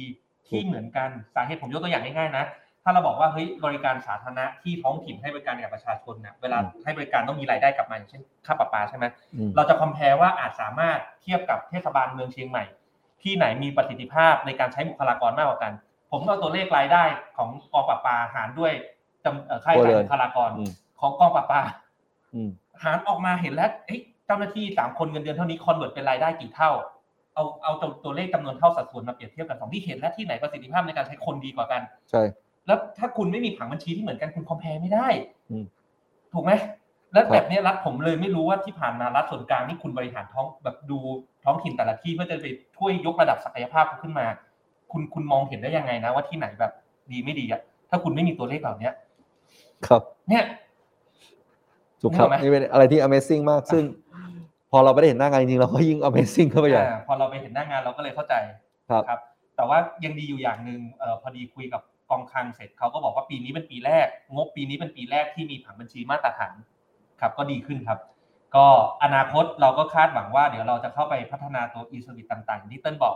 ที่ ถูก เหมือนกันสาเหตุผมยกตัวอย่างง่ายๆนะ ถ้าเราบอกว่าเฮ้ยบริการสาธารณะที่ท้องถิ่นให้บริการกับประชาชนเนี่ยเวลาให้บริการต้องมีรายได้กลับมาอย่างเช่นค่าประปาใช่ไหม อืม เราจะคอมเพลว่าอาจสามารถเทียบกับเทศบาลเมืองเชียงใหม่ ที่ไหนมีประสิทธิภาพในการใช้บุคลากรมากกว่ากัน ผมก็เอาตัวเลขรายได้ของกองประปาหารด้วยจำเอ่อค่าใช้จ่ายบุคลากร อืม ของกองประปา อืม หารออกมาเห็นแล้วเอ้ยเจ้าหน้าที่สามคนเงินเดือนเท่านี้คอนเวิร์ตเป็นรายได้กี่เท่า เอาเอาตัวตัวเลขจำนวนเท่าสัดส่วนมาเปรียบเทียบกันสองที่เห็นและที่ไหนประสิทธิภาพในการใช้คนดีกว่ากัน ใช่ แล้วถ้าคุณไม่มีผังบัญชีที่เหมือนกันคุณคอมเพลไม่ได้ อืม ถูกไหมแล้ว ครับ แบบเนี้ยรัฐผมเลยไม่รู้ว่าที่ผ่านมารัฐส่วนกลางนี่คุณบริหารท้องแบบดูท้องถิ่นแต่ละที่เพื่อจะไปช่วยยกระดับศักยภาพเขาขึ้นมา คุณคุณมองเห็นได้ยังไงนะ ว่าที่ไหนแบบดีไม่ดีอะถ้าคุณไม่มีตัวเลขเหล่าเนี้ย ครับ เนี่ย ถูกครับ นึกออกไหม นี่เป็นอะไรที่ amazing มาก ซึ่ง พอเราไม่ได้เห็นหน้างานจริงๆเราก็ยิ่ง amazing เข้าไปใหญ่ อ่าพอเราไปเห็นหน้างานเราก็เลยเข้าใจ ครับ แต่ว่ายังดีอยู่อย่างหนึ่งเออพอดีคุยกับกองคลังเสร็จเขาก็บอกว่าปีนี้เป็นปีแรก งบปีนี้เป็นปีแรกที่มีผังบัญชีมาตรฐานครับก็ดีขึ้นครับ ก็อนาคตเราก็คาดหวังว่า เดี๋ยวเราจะเข้าไปพัฒนาตัว e-service ต่างๆอย่างที่เต้นบอก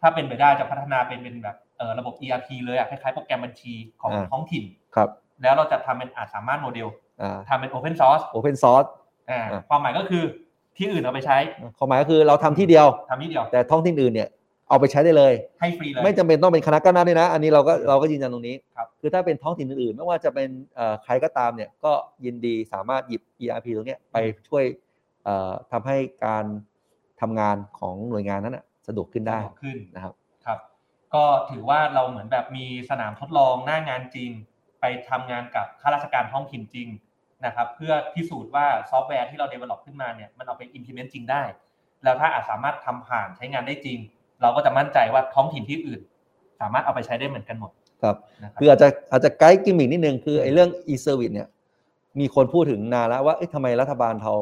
ถ้าเป็นไปได้จะพัฒนาเป็นเป็นแบบเอ่อระบบ ERP เลยอะคล้ายๆโปรแกรมบัญชีของ อ่า ท้องถิ่น ครับ แล้วเราจะทำเป็นอาจสามารถโมเดล อ่า ทำเป็น open source open source อ่า อ่า ความหมายก็คือที่อื่นเอาไปใช้ ความหมายก็คือเราทำที่เดียว ทำนิดเดียว แต่ท้องที่อื่นเนี่ยเอาไปใช้ได้เลย ให้ฟรีเลย ไม่จำเป็นต้องเป็นคณะก้าวหน้าด้วยนะ อันนี้เราก็เราก็ยืนยันตรงนี้ ครับ อถ้าเป็นท้องถิ่นอื่นๆไม่ว่าจะเป็นเอ่อใครก็ตามเนี่ยก็ยินดีสามารถหยิบ ERP ตรงเนี้ยไปช่วยเอ่อทำให้การทำงานของหน่วยงานนั้นนะสะดวกขึ้นได้ สะวกขึ้น นะครับ ครับก็ถือว่าเราเหมือนแบบมีสนามทดลองหน้างานจริง ไปทำงานกับข้าราชการท้องถิ่นจริงนะครับเพื่อพิสูจน์ว่าซอฟต์แวร์ที่เรา develop ขึ้นมาเนี่ยมันเอาไป implement จริงได้ แล้วถ้าอาจสามารถทำผ่านใช้งานได้จริง เราก็จะมั่นใจว่าท้องถิ่นที่อื่น สามารถเอาไปใช้ได้เหมือนกันหมด ครับ นะครั คืออาจจะอาจจะไกด์กิมมิกนิดนึงคือไอ้เรื่อง e-service เนี่ยมีคนพูดถึงนานแล้วว่าเอ๊ะทำไมรัฐบาลเทา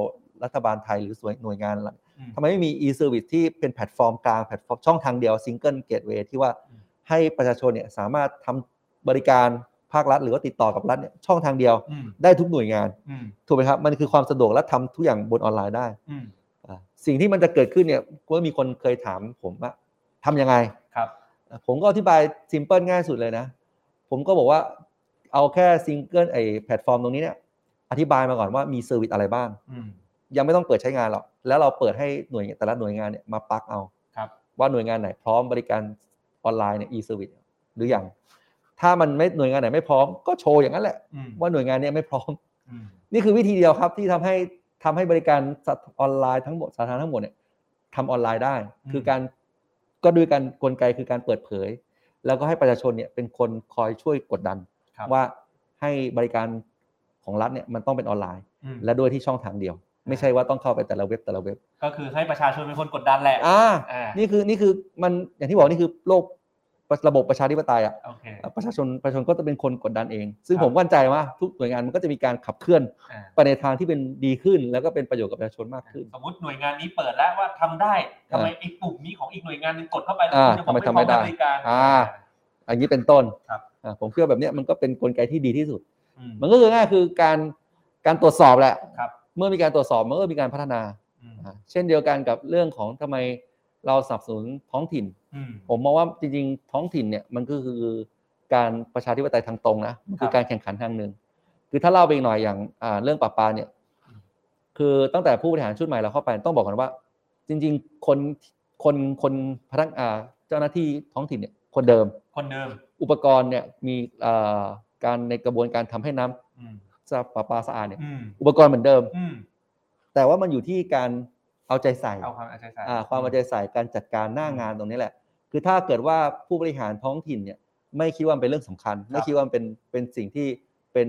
รัฐบาลไทยหรือส่วนหน่วยงานล่ะ ม ทำไมไม่มี e-service ที่เป็นแพลตฟอร์มกลางแพลตฟอร์มช่องทางเดียว single gateway ที่ว่า อืม ให้ประชาชนเนี่ยสามารถทำบริการภาครัฐ หรือว่าติดต่อกับรัฐเนี่ยช่องทางเดียว อืม ได้ทุกหน่วยงาน อืม ถูกไหมครับมันคือความสะดวกและทำทุกอย่างบนออนไลน์ได้ อืม อ่าสิ่งที่มันจะเกิดขึ้นเนี่ยก็มีคนเคยถามผมว่าทำยังไง ครับ ผมก็อธิบายซิมเพิลง่ายสุดเลยนะ ผมก็บอกว่าเอาแค่ซิงเกิลไอแพลตฟอร์มตรงนี้เนี่ยอธิบายมาก่อนว่ามีเซอร์วิสอะไรบ้าง อืม ยังไม่ต้องเปิดใช้งานหรอก แล้วเราเปิดให้หน่วยแต่ละหน่วยงานเนี่ยมาปลักเอา ครับ ว่าหน่วยงานไหนพร้อมบริการออนไลน์เนี่ย e-service หรืออยัง ถ้ามันไม่หน่วยงานไหนไม่พร้อมก็โชว์อย่างนั้นแหละ อืม ว่าหน่วยงานเนี่ยไม่พร้อม อืม นี่คือวิธีเดียวครับที่ทำให้ทำให้บริการสัตว์ออนไลน์ทั้งหมดสาธารณะทั้งหมดเนี่ยทำออนไลน์ได้ คือการก็ด้วยการกลไกคือการเปิดเผย แล้วก็ให้ประชาชนเนี่ยเป็นคนคอยช่วยกดดัน ครับ ว่าให้บริการของรัฐเนี่ยมันต้องเป็นออนไลน์ อืม และด้วยที่ช่องทางเดียว ไม่ใช่ว่าต้องเข้าไปแต่ละเว็บแต่ละเว็บ ก็คือให้ประชาชนเป็นคนกดดันแหละ อ่า อ่า นี่คือนี่คือมันอย่างที่บอกนี่คือโลกระบบประชาธิปไตยอ่ะ โอเค ประชาชนประชาชนก็จะเป็นคนกดดันเอง ซึ่ง ครับ ผมมั่นใจว่าทุกหน่วยงานมันก็จะมีการขับเคลื่อน อ่า ไปในทางที่เป็นดีขึ้นแล้วก็เป็นประโยชน์กับประชาชนมากขึ้น สมมติหน่วยงานนี้เปิดแล้วว่าทำได้ทำไม อ่า ไอ้ปุ่มนี้ของอีกหน่วยงานหนึงกดเข้าไปแล้ว อ่า คุณจะบอกทำไม่พ ไมทำร้อมไม่ได้ ให้บริการ อ่า อันนี้เป็นต้น ครับ อ่าผมเชื่อแบบเนี้ยมันก็เป็นกลไกที่ดีที่สุด อืม มันก็คือง่ายคือการการตรวจสอบแหละ ครับ เมื่อมีการตรวจสอบมันก็มีการพัฒนา อืม อ่าเช่นเดียวกันกับเรื่องของทำไมเราสนับสนุนท้องถิ่น อืม ผมมองว่าจริงๆท้องถิ่นเนี่ยมันก็คือการประชาธิปไตยทางตรงนะมันคื ครั อบ การแข่งขันทางหนึ่งคือถ้าเล่าไปอีกหน่อยอย่างอ่าเรื่องปราปาเนี่ยคือตั้งแต่ผู้บริหารชุดใหม่เราเข้าไปต้องบอกกันว่า จริงๆคนคนคนพนักอ่าเจ้าหน้าที่ท้องถิ่นเนี่ยคนเดิม คนเดิม อุปกรณ์เนี่ยมีอ่าการในกระบวนการทำให้น้ำ อืม สะปราปาสะอาดเนี่ย อืม อุปกรณ์เหมือนเดิม อืม แต่ว่ามันอยู่ที่การเอาใจใส่ เอาความเอาใจใส่ อ่าความเอาใจใส่การจัดการหน้างานตรงนี้แหละ คือถ้าเกิดว่าผู้บริหารท้องถิ่นเนี่ยไม่คิดว่ามันเป็นเรื่องสำคัญ ไม่คิดว่ามันเป็นเป็นสิ่งที่เป็น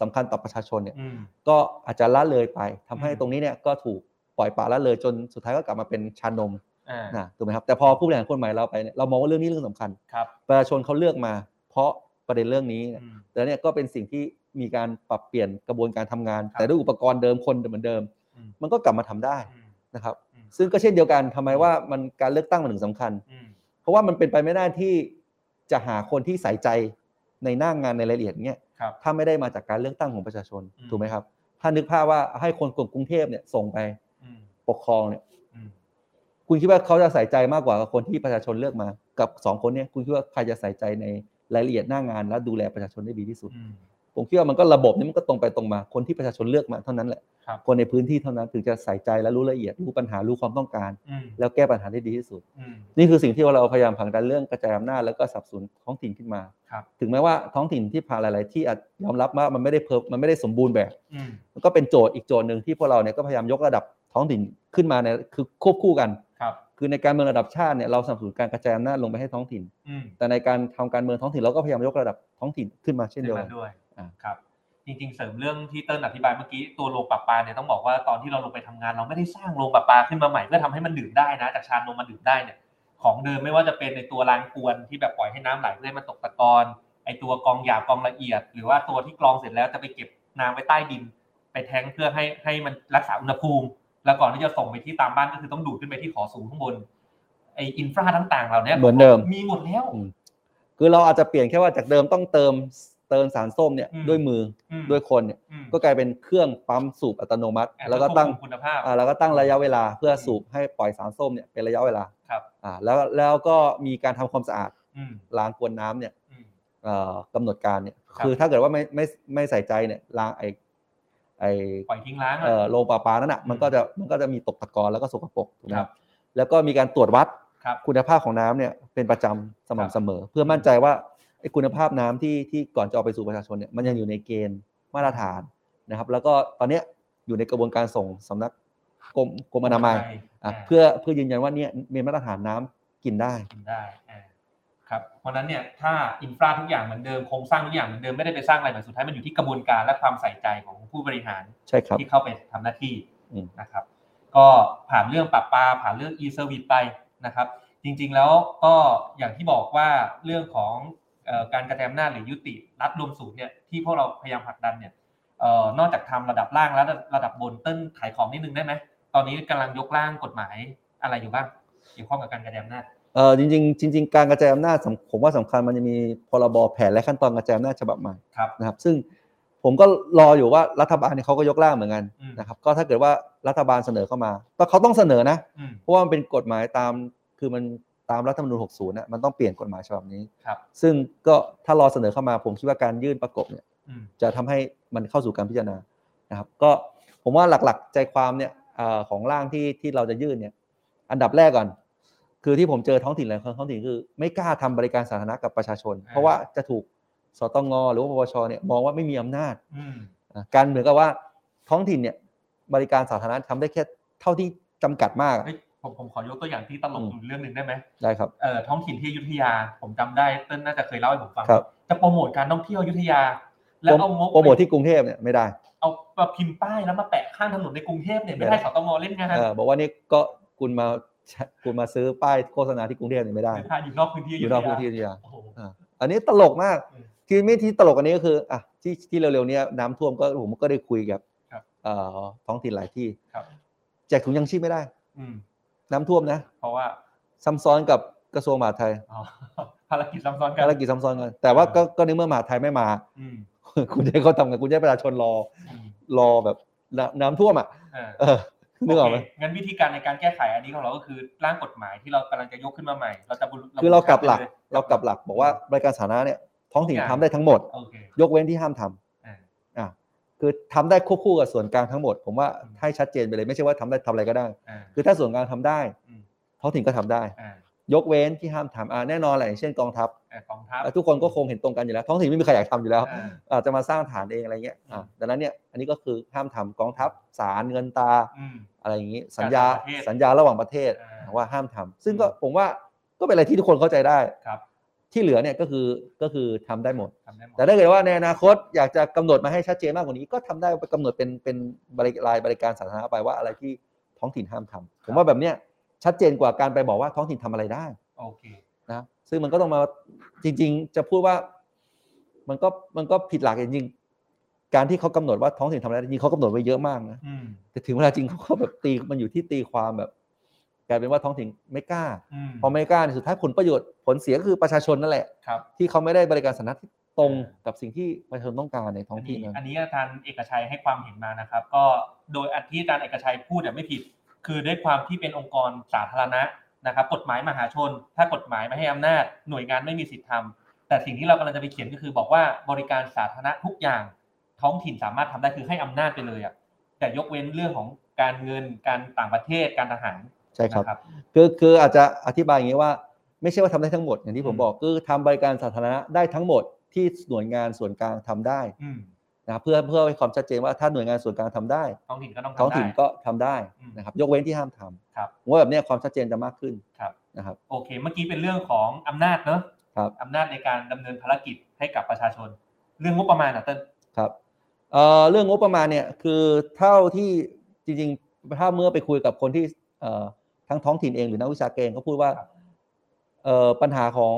สำคัญต่อประชาชนเนี่ย อืม ก็อาจจะละเลยไปทำให้ อืม ตรงนี้เนี่ยก็ถูกปล่อยปละละเลยจนสุดท้ายก็กลับมาเป็นชานม อ่า นะถูกไหมครับแต่พอผู้บริหารคนใหม่เราไปเนี่ยเรามองว่าเรื่องนี้เรื่องสำคัญ ครับ ประชาชนเขาเลือกมา เพราะประเด็นเรื่องนี้ อืม แต่เนี่ยก็เป็นสิ่งที่มีการปรับเปลี่ยนกระบวนการทำงาน ครับ แต่ด้วยอุปกรณ์เดิมคนเหมือนเดิม อืม มันก็กลับมาทำได้ อืม นะครับ อืม ซึ่งก็เช่นเดียวกันทำไมว่ามันการเลือกตั้งมันถึงสำคัญ อืม เพราะว่ามันเป็นไปไม่ได้ที่จะหาคนที่ใส่ใจในหน้างงานในรายละเอียดเนี้ย ครับ ถ้าไม่ได้มาจากการเลือกตั้งของประชาชน อืม ถูกไหมครับ ถ้านึกภาพว่าให้คนกลุ่มกรุงเทพเนี่ยส่งไป อืม ปกครองเนี่ย อืม คุณคิดว่าเขาจะใส่ใจมากกว่ากับคนที่ประชาชนเลือกมากับสองคนเนี่ยคุณคิดว่าใครจะใส่ใจในรายละเอียดหน้างงาน และดูแลประชาชนได้ดีที่สุด อืม ผมคิดว่ามันก็ระบบนี้มันก็ตรงไปตรงมาคนที่ประชาชนเลือกมาเท่านั้นแหละ ครับ คนในพื้นที่เท่านั้นถึงจะใส่ใจและรู้ละเอียดรู้ปัญหารู้ความต้องการ อืม แล้วแก้ปัญหาได้ดีที่สุด อืม นี่คือสิ่งที่เราพยายามผลักดันเรื่องกระจายอำนาจแล้วก็สนับสนุนท้องถิ่นขึ้นมา ครับ ถึงแม้ว่าท้องถิ่นที่ผ่านหลาย ๆ ที่อาจยอมรับว่ามันไม่ได้เพิ่มมันไม่ได้สมบูรณ์แบบ อืม มันก็เป็นโจทย์อีกโจทย์หนึ่งที่พวกเราเนี่ยก็พยายามยกระดับท้องถิ่นขึ้นมาในคือควบคู่กัน ครับ คือในการเมืองระดับชาติเนี่ยเราสนับสนุนการกระจายอำนาจลงไปให้ท้องถิ่น อืม แต่ในการทำการเมืองท้องถิ่นเราก็พยายามยกระดับท้องถิ่นขึ้นมาเช่นเดียว ขึ้ กัน นมาด้วย อ่า ครับ จริง ๆ เสริมเรื่องที่เติ้ลอธิบายเมื่อกี้ ตัวโรงปรับปลาเนี่ยต้องบอกว่าตอนที่เราลงไปทำงานเราไม่ได้สร้างโรงปรับปลาขึ้นมาใหม่เพื่อทำให้มันดื่มได้นะ จากชานนมมาดื่มได้เนี่ย ของเดิมไม่ว่าจะเป็นในตัวรางกวนที่แบบปล่อยให้น้ำไหลเพื่อให้มันตกตะกอนไอตัวกรองหยาบกรองละเอียด หรือว่าตัวที่กรองเสร็จแล้วจะไปเก็บน้ำไว้ใต้ดิน ไปแทงเพื่อให้ให้มันรักษาอุณหภูมิ แล้วก่อนที่จะส่งไปที่ตามบ้านก็คือต้องดูดขึ้นไปที่ขอสูงข้างบนไออินฟราต่างๆเหล่านี้ เหมือนเดิม มีหมดแล้ว อืม คือเราอาจจะเปลี่ยนแค่ว่าจากเดิมต้องเติมเติมสารส้มเนี่ย อืม ด้วยมือ อืม ด้วยคนเนี่ย อืม ก็กลายเป็นเครื่องปั๊มสูบอัตโนมัติ อ่ะ แล้วก็ตั้ง ควบคุมคุณภาพ อ่าแล้วก็ตั้งระยะเวลาเพื่อสูบให้ปล่อยสารส้มเนี่ยเป็นระยะเวลา ครับ อ่าแล้วแล้วก็มีการทำความสะอาด อืม ล้างกวนน้ำเนี่ย อืม เอ่อกำหนดการเนี่ย ครับ คือถ้าเกิดว่าไม่ไม่ไม่ใส่ใจเนี่ยล้างไอไอ ปล่อยทิ้งร้างอะ เอ่อโรงปลาปลานั่นอ่ะ อืม มันก็จะมันก็จะมีตกตะกอนแล้วก็สกปรกถูกไหม ค ค รั รั บบ แล้วก็มีการตรวจวัด ครับ คุณภาพของน้ำเนี่ยเป็นประจำส ครั ม่ำ บ เสมอ เพื่อมั่นใจว่าไอ้คุณภาพน้ำที่ที่ก่อนจะเอาไปสู่ประชาชนเนี่ยมันยังอยู่ในเกณฑ์มาตรฐานนะครับ แล้วก็ตอนเนี้ยอยู่ในกระบวนการส่งสำนักกรมกรมอนามัย อ่ะเพื่อเพื่อยืนยันว่าเนี่ยมีมาตรฐานน้ำกินได้ กินได้อ่าครับ เพราะฉะนั้นเนี่ยถ้าอินฟราทุกอย่างเหมือนเดิมโครงสร้างทุกอย่างเหมือนเดิมไม่ได้ไปสร้างอะไรใหม่สุดท้ายมันอยู่ที่กระบวนการและความใส่ใจของผู้บริหาร ใช่ครับ ที่เข้าไปทำหน้าที่ อืม นะครับ ก็ผ่านเรื่องปรับปลาผ่านเรื่อง e-service ไปนะครับ จริงๆแล้วก็อย่างที่บอกว่าเรื่องของเอ่อการกระจายอำนาจหรือยุติรัฐรวมศูนย์เนี่ยที่พวกเราพยายามผลักดันเนี่ยเอ่อนอกจากทำระดับล่างแล้วระดับบนเต้นขายของนิดนึงได้ไหมตอนนี้กำลังยกร่างกฎหมายอะไรอยู่บ้างเกี่ยวข้องกับการกระจายอำนาจ เออจริงๆ จริง ๆ การกระจายอำนาจสำผมว่าสำคัญมันจะมีพรบแผนและขั้นตอนการกระจายอำนาจฉบับใหม่ ครับ นะครับ ซึ่งผมก็รออยู่ว่ารัฐบาลเนี่ยเขาก็ยกร่างเหมือนกัน อืม นะครับก็ถ้าเกิดว่ารัฐบาลเสนอเข้ามาก็เขาต้องเสนอนะ อืม เพราะว่ามันเป็นกฎหมายตามคือมัน ตามรัฐธรรมนูญ60นะมันต้องเปลี่ยนกฎหมายฉบับนี้ ครับ ซึ่งก็ถ้ารอเสนอเข้ามาผมคิดว่าการยื่นประกบเนี่ย อืม จะทำให้มันเข้าสู่การพิจารณานะครับก็ผมว่าหลักๆใจความเนี่ยเอ่อของร่างที่ที่เราจะยื่นเนี่ยอันดับแรกก่อน คือที่ผมเจอท้องถิ่นหลายคนท้องถิ่นคือ ไม่กล้าทำบริการสาธารณะกับประชาชน อ่า เพราะว่าจะถูกสตงหรือว่าปปชเนี่ยมองว่าไม่มีอำนาจ อืม อ่ะการเหมือนกับว่าท้องถิ่นเนี่ยบริการสาธารณะทำได้แค่เท่าที่จำกัดมากอ่ะ เฮ้ยผมผมขอยกตัวอย่างที่ตลก อืม อยู่เรื่องหนึ่งได้ไหม ได้ครับ เอ่อท้องถิ่นที่อยุธยา ผมจำได้เต้นน่าจะเคยเล่าให้ผมฟัง ครับ จะโปรโมทการท่องเที่ยวอยุธยา แล้วเอางบ โปรโมทที่กรุงเทพเนี่ยไม่ได้ เอามาพิมพ์ป้ายแล้วมาแปะข้างถนนในกรุงเทพเนี่ยไม่ให้สตงเล่นงาน เออบอกว่านี่ก็คุณมา คุณมาซื้อป้ายโฆษณาที่กรุงเทพเนี่ยไม่ได้ หรือพาอยู่นอกพื้นที่ อยู่นอกพื้นที่อยุธยา โอ้โห อ่ะอันนี้ตลกมาก อืม คือไม่ที่ตลกอันนี้ก็คืออ่ะที่ที่เร็วๆเนี้น้ำท่วมก็ผมก็ได้คุยกับ ครับ เอ่อท้องถิ่นหลายที่ ครับ แจกถุงยังชีพไม่ได้ อืม น้ำท่วมนะ เพราะว่า ซ้ำซ้อนกับกระทรวงมหาดไทย อ๋อภารกิจซ้ำซ้อนกัน ภารกิจซ้ำซ้อนกันแต่ว่าก็ก็ในเมื่อมหาดไทยไม่มา อืม คุณจะให้เขาทำไงคุณจะให้ประชาชนรอ อืม รอแบบน้ำน้ำท่วมอ่ะ เออ เออนึกออกไหม โเคงั้นวิธีการในการแก้ไขอันนี้ของเราก็คือร่างกฎหมายที่เรากำลังจะยกขึ้นมาใหม่ เราจะบุ คือเรากลับหลัก เย เรากลับหลักบอกว่าบริการสาธารณะเนี่ยท้องถิ่น ทุกอย่าง ทำได้ทั้งหมด โอเค ยกเว้นที่ห้ามทำ อ่า คือทำได้ควบคู่กับส่วนกลางทั้งหมด ผมว่า อืม ให้ชัดเจนไปเลยไม่ใช่ว่าทำได้ทำอะไรก็ได้ อ่า คือถ้าส่วนกลางทำได้ อืม ท้องถิ่นก็ทำได้ อ่าย กเว้นที่ห้ามทำอ่าแน่นอนแหละอย่างเช่นกองทัพ อ่ากองทัพ อ่ะทุกคนก็คงเห็นตรงกันอยู่แล้ว ท้องถิ่นไม่มีใครอยากทำอยู่แล้ว อ่า อาจจะมาสร้างฐานเองอะไรเงี้ยอ่ะดังนั้นเนี่ยอันนี้ก็คือห้ามทำกองทัพสารเงินตรา อืม อะไรอย่างนี้ กา สั ร ญญา ต่างประเทศ สัญญาระหว่างประเทศ อ่า ว่าห้ามทำซึ่งก็ผมว่าก็เป็นอะไรที่ทุกคนเข้าใจได้ ครับ ที่เหลือเนี่ยก็คือก็คือทำได้หมด ทำได้หมด แต่ถ้าเกิดว่าในอนาคตอยากจะกำหนดมาให้ชัดเจนมากกว่านี้ก็ทำได้กำหนดเป็นเป็นบริรายบริการสาธารณะไปว่าอะไรที่ท้องถิ่นห้ามทำผมว่าแบบเนี้ยชัดเจนกว่าการไปบอกว่าท้องถิ่นทำอะไรได้ โอเค นะซึ่งมันก็ต้องมาจริง ๆ จะพูดว่ามันก็มันก็ผิดหลักจริงๆการที่เขากำหนดว่าท้องถิ่นทำอะไรได้จริงๆเขากำหนดไว้เยอะมากนะ อืม แต่ถึงเวลาจริงเขาก็แบบตีมันอยู่ที่ตีความแบบกลายเป็นว่าท้องถิ่นไม่กล้า อืม พอไม่กล้าเนี่ยสุดท้ายผลประโยชน์ผลเสียก็คือประชาชนนั่นแหละ ครับ ที่เขาไม่ได้บริการสาธารณะที่ตรงกับสิ่งที่ประชาชนต้องการในท้อ อั ง น ที่ นี้ นั้น อันนี้อาจารย์เอกชัยให้ความเห็นมานะครับ ก็โดยอันที่อาจารย์เอกชัยพูดเนี่ยไม่ผิด คือด้วยความที่เป็นองค์กรสาธารณะนะครับ กฎหมายมหาชน ถ้ากฎหมายไม่ให้อำนาจหน่วยงานไม่มีสิทธิ์ทำแต่สิ่งที่เรากำลังจะไปเขียนก็คือ บอกว่าบริการสาธารณะทุกอย่างท้องถิ่นสามารถทำได้คือให้อำนาจไปเลยอ่ะแต่ยกเว้นเรื่องของการเงินการต่างประเทศการทหาร ใช่ครับ นะครับ คือคืออาจจะอธิบายอย่างนี้ว่า ไม่ใช่ว่าทำได้ทั้งหมด อย่างที่ผม อืม บอกคือทำบริการสาธารณะได้ทั้งหมดที่หน่วยงานส่วนกลางทำได้ อืม นะครับเพื่อเพื่อให้ความชัดเจนว่าถ้าหน่วยงานส่วนกลางทำได้ ท้องถิ่นก็ต้องทำได้ ท้องถิ่นก็ทำได้ อืม นะครับ ยกเว้นที่ห้ามท ครับ ำผมว่าแบบเนี้ยความชัดเจนจะมากขึ้น ครับ นะครับ โอเค เมื่อกี้เป็นเรื่องของอำนาจเนอะ ครับ อำนาจในการดำเนินภารกิจให้กับประชาชน เรื่องงบประมาณนะเต้น ครับเอ่อเรื่องงบประมาณเนี่ยคือเท่าที่จริงๆ ถ้าเมื่อไปคุยกับคนที่เอ่อทั้งท้องถิ่นเองหรือนักวิชาการเองเขาพูดว่าเอ่อปัญหาของ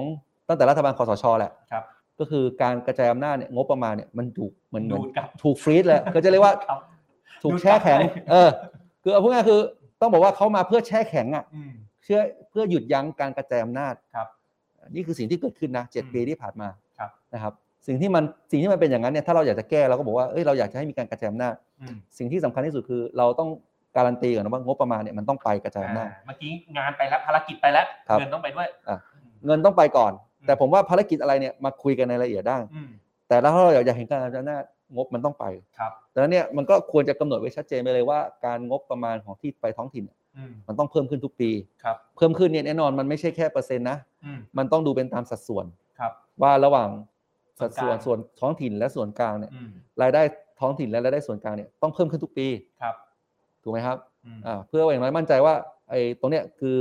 ตั้งแต่รัฐบาลคอสชแหละ ครับ ก็คือการกระจายอำนาจเนี่ยงบประมาณเนี่ยมันถูกเหมือนเหมือน ดูดกลับ ถูกฟรีซ เลยก็จะเรียกว่า ครับ ถูกแช่แข็ง ดูดกลับไป เออคือเอาพูดง่ายๆคือต้องบอกว่าเขามาเพื่อแช่แข็งอ่ะ อืม เพื่อเพื่อหยุดยั้งการกระจายอำนาจ ครับ นี่คือสิ่งที่เกิดขึ้นนะเจ็ด อืม ปีที่ผ่านมา ครับ นะครับ สิ่งที่มันสิ่งที่มันเป็นอย่างนั้นเนี่ยถ้าเราอยากจะแก้เราก็บอกว่าเอ้ยเราอยากจะให้มีการกระจายอำนาจ อืม สิ่งที่สำคัญที่สุดคือเราต้องการันตีก่อนนะว่างบประมาณเนี่ยมันต้องไปกระจายอำนาจ อ่าเมื่อกี้งานไปแล้วภารกิจไปแล้ว ครับ เงินต้องไปด้วย เงินต้องไปก่อน อืม แต่ผมว่าภารกิจอะไรเนี่ยมาคุยกันในรายละเอียดได้ อืม แต่ถ้าเราอยากจะเห็นการกระจายอำนาจงบมันต้องไป ครับ ดังนั้นเนี่ยมันก็ควรจะกำหนดไว้ชัดเจนไปเลยว่าการงบประมาณของที่ไปท้องถิ่นเนี่ย อืม มันต้องเพิ่มขึ้นทุกปี ครับ เพิ่มขึ้นเนี่ยแน่นอนมันไม่ใช่แค่เปอร์เซ็นต์นะ อืม มันต้องดูเป็นตามสัดส่วน ครับ ว่าระหว่างสัดส่วนส่วนท้องถิ่นและส่วนกลางเนี่ย อืม รายได้ท้องถิ่นและรายได้ส่วนกลางเนี่ยต้องเพิ่มขึ้นทุกปี ครับ ถูกไหมครับ อืม อ่าเพื่ออย่างน้อยมั่นใจว่าไอ้ตรงเนี้ยคือ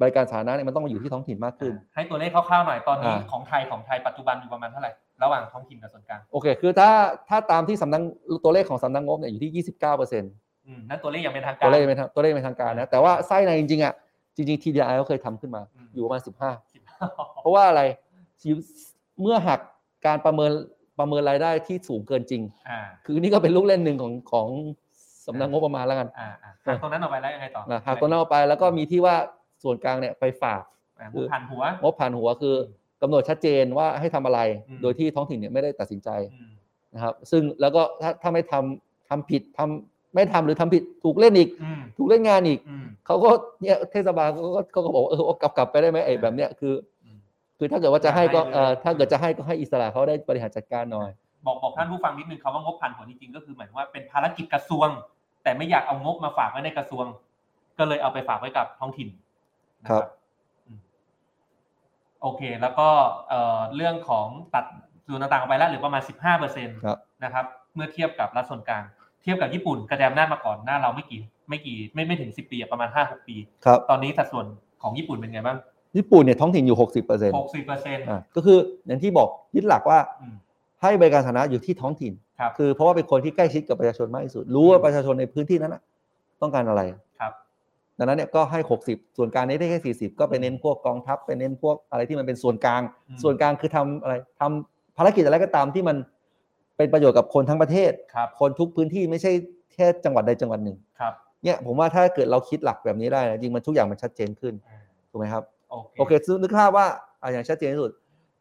บริการสาธารณะเนี่ยมันต้องมาอยู่ที่ท้องถิ่นมากขึ้น ให้ตัวเลขคร่าวๆหน่อยตอนนี้ อ่า ของไทยของไทยปัจจุบันอยู่ประมาณเท่าไหร่ระหว่างท้องถิ่นกับส่วนกลาง โอเค คือถ้าถ้าตามที่สำนักตัวเลขของสำนักงบเนี่ยอยู่ที่ 29เปอร์เซ็นต์ อืมนั่นตัวเลขอย่างเป็นทางการ ตัวเลขเป็นทางตัวเลขเป็นทางการนะแต่ว่าไส้ในจริงๆอ่ะจริงๆ TDI เขาเคยทำขึ้นมา อืม อยู่ประมาณ สิบห้า 15 เพราะว่าอะไรเมื่อหักการประเมินประเมินรายได้ที่สูงเกินจริง อ่า คือนี่ก็เป็นลูกเล่นหนึ่งของของสำนักงบประมาณแล้วกัน อ่าอ่าหักตรงนั้นออกไปแล้วยังไงต่อ นะหักตัวนั้นออกไปแล้วก็มีที่ว่าส่วนกลางเนี่ยไปฝาก อ่าหมูผ่านหัว งบผ่านหัวคือกำหนดชัดเจนว่าให้ทำอะไร อืม โดยที่ท้องถิ่นเนี่ยไม่ได้ตัดสินใจ อืม นะครับ ซึ่งแล้วก็ถ้าถ้าไม่ทำทำผิดทำไม่ทำหรือทำผิดถูกเล่นอีก อืม ถูกเล่นงานอีก อืม เขาก็เนี่ยเทศบาลเขาก็เขาก็บอกว่าเออเอากลับกลับไปได้ไหมไอ้แบบเนี้ยคือ อืม คือถ้าเกิดว่าจะให้ก็ ให้เลย เออถ้าเกิดจะให้ก็ให้อิสระเขาได้บริหารจัดการหน่อย บอกบอกท่านผู้ฟังนิดนึงคำว่างบพันผลจริงๆก็คือหมายถึงว่าเป็นภารกิจกระทรวง แต่ไม่อยากเอางบมาฝากไว้ในกระทรวง ก็เลยเอาไปฝากไว้กับท้องถิ่นนะครับ อืมโอเค แล้วก็เอ่อเรื่องของตัดส่วนต่างๆออกไปแล้วเหรือประมาณ 15เปอร์เซ็นต์ ครับ นะครับ เมื่อเทียบกับรัฐส่วนกลาง เทียบกับญี่ปุ่นกระจายอำนาจมาก่อนหน้าเราไม่กี่ไม่กี่ไม่ไม่ถึง 10 ปีอะประมาณ 5-6 ปี ครับ ตอนนี้สัดส่วนของญี่ปุ่นเป็นไงบ้าง ญี่ปุ่นเนี่ยท้องถิ่นอยู่ 60เปอร์เซ็นต์ 60เปอร์เซ็นต์ ก็คืออย่างที่บอกยึดหลักว่า อืม ให้บริการสาธารณะอยู่ที่ท้องถิ่น ครับ คือเพราะว่าเป็นคนที่ใกล้ชิดกับประชาชนมากที่สุด รู้ว่าประชาชนในพื้นที่นั้นน่ะต้องการอะไร ครับ ดังนั้นเนี่ยก็ให้ 60 ส่วนกลางนี้ได้แค่40 ก็ไปเน้นพวกกองทัพไปเน้นพวกอะไรที่มันเป็นส่วนกลาง อืม ส่วนกลางคือทำอะไรทำภารกิจอะไรก็ตามที่มันเป็นประโยชน์กับคนทั้งประเทศ ครับ คนทุกพื้นที่ไม่ใช่แค่จังหวัดใดจังหวัดหนึ่ง ครับ เนี่ยผมว่าถ้าเกิดเราคิดหลักแบบนี้ได้นะจริงมันทุกอย่างมันชัดเจนขึ้น อ่า ถูกไหมครับ โอเค โอเคซึ่งนึกภาพว่าอ่ะอย่างชัดเจนที่สุด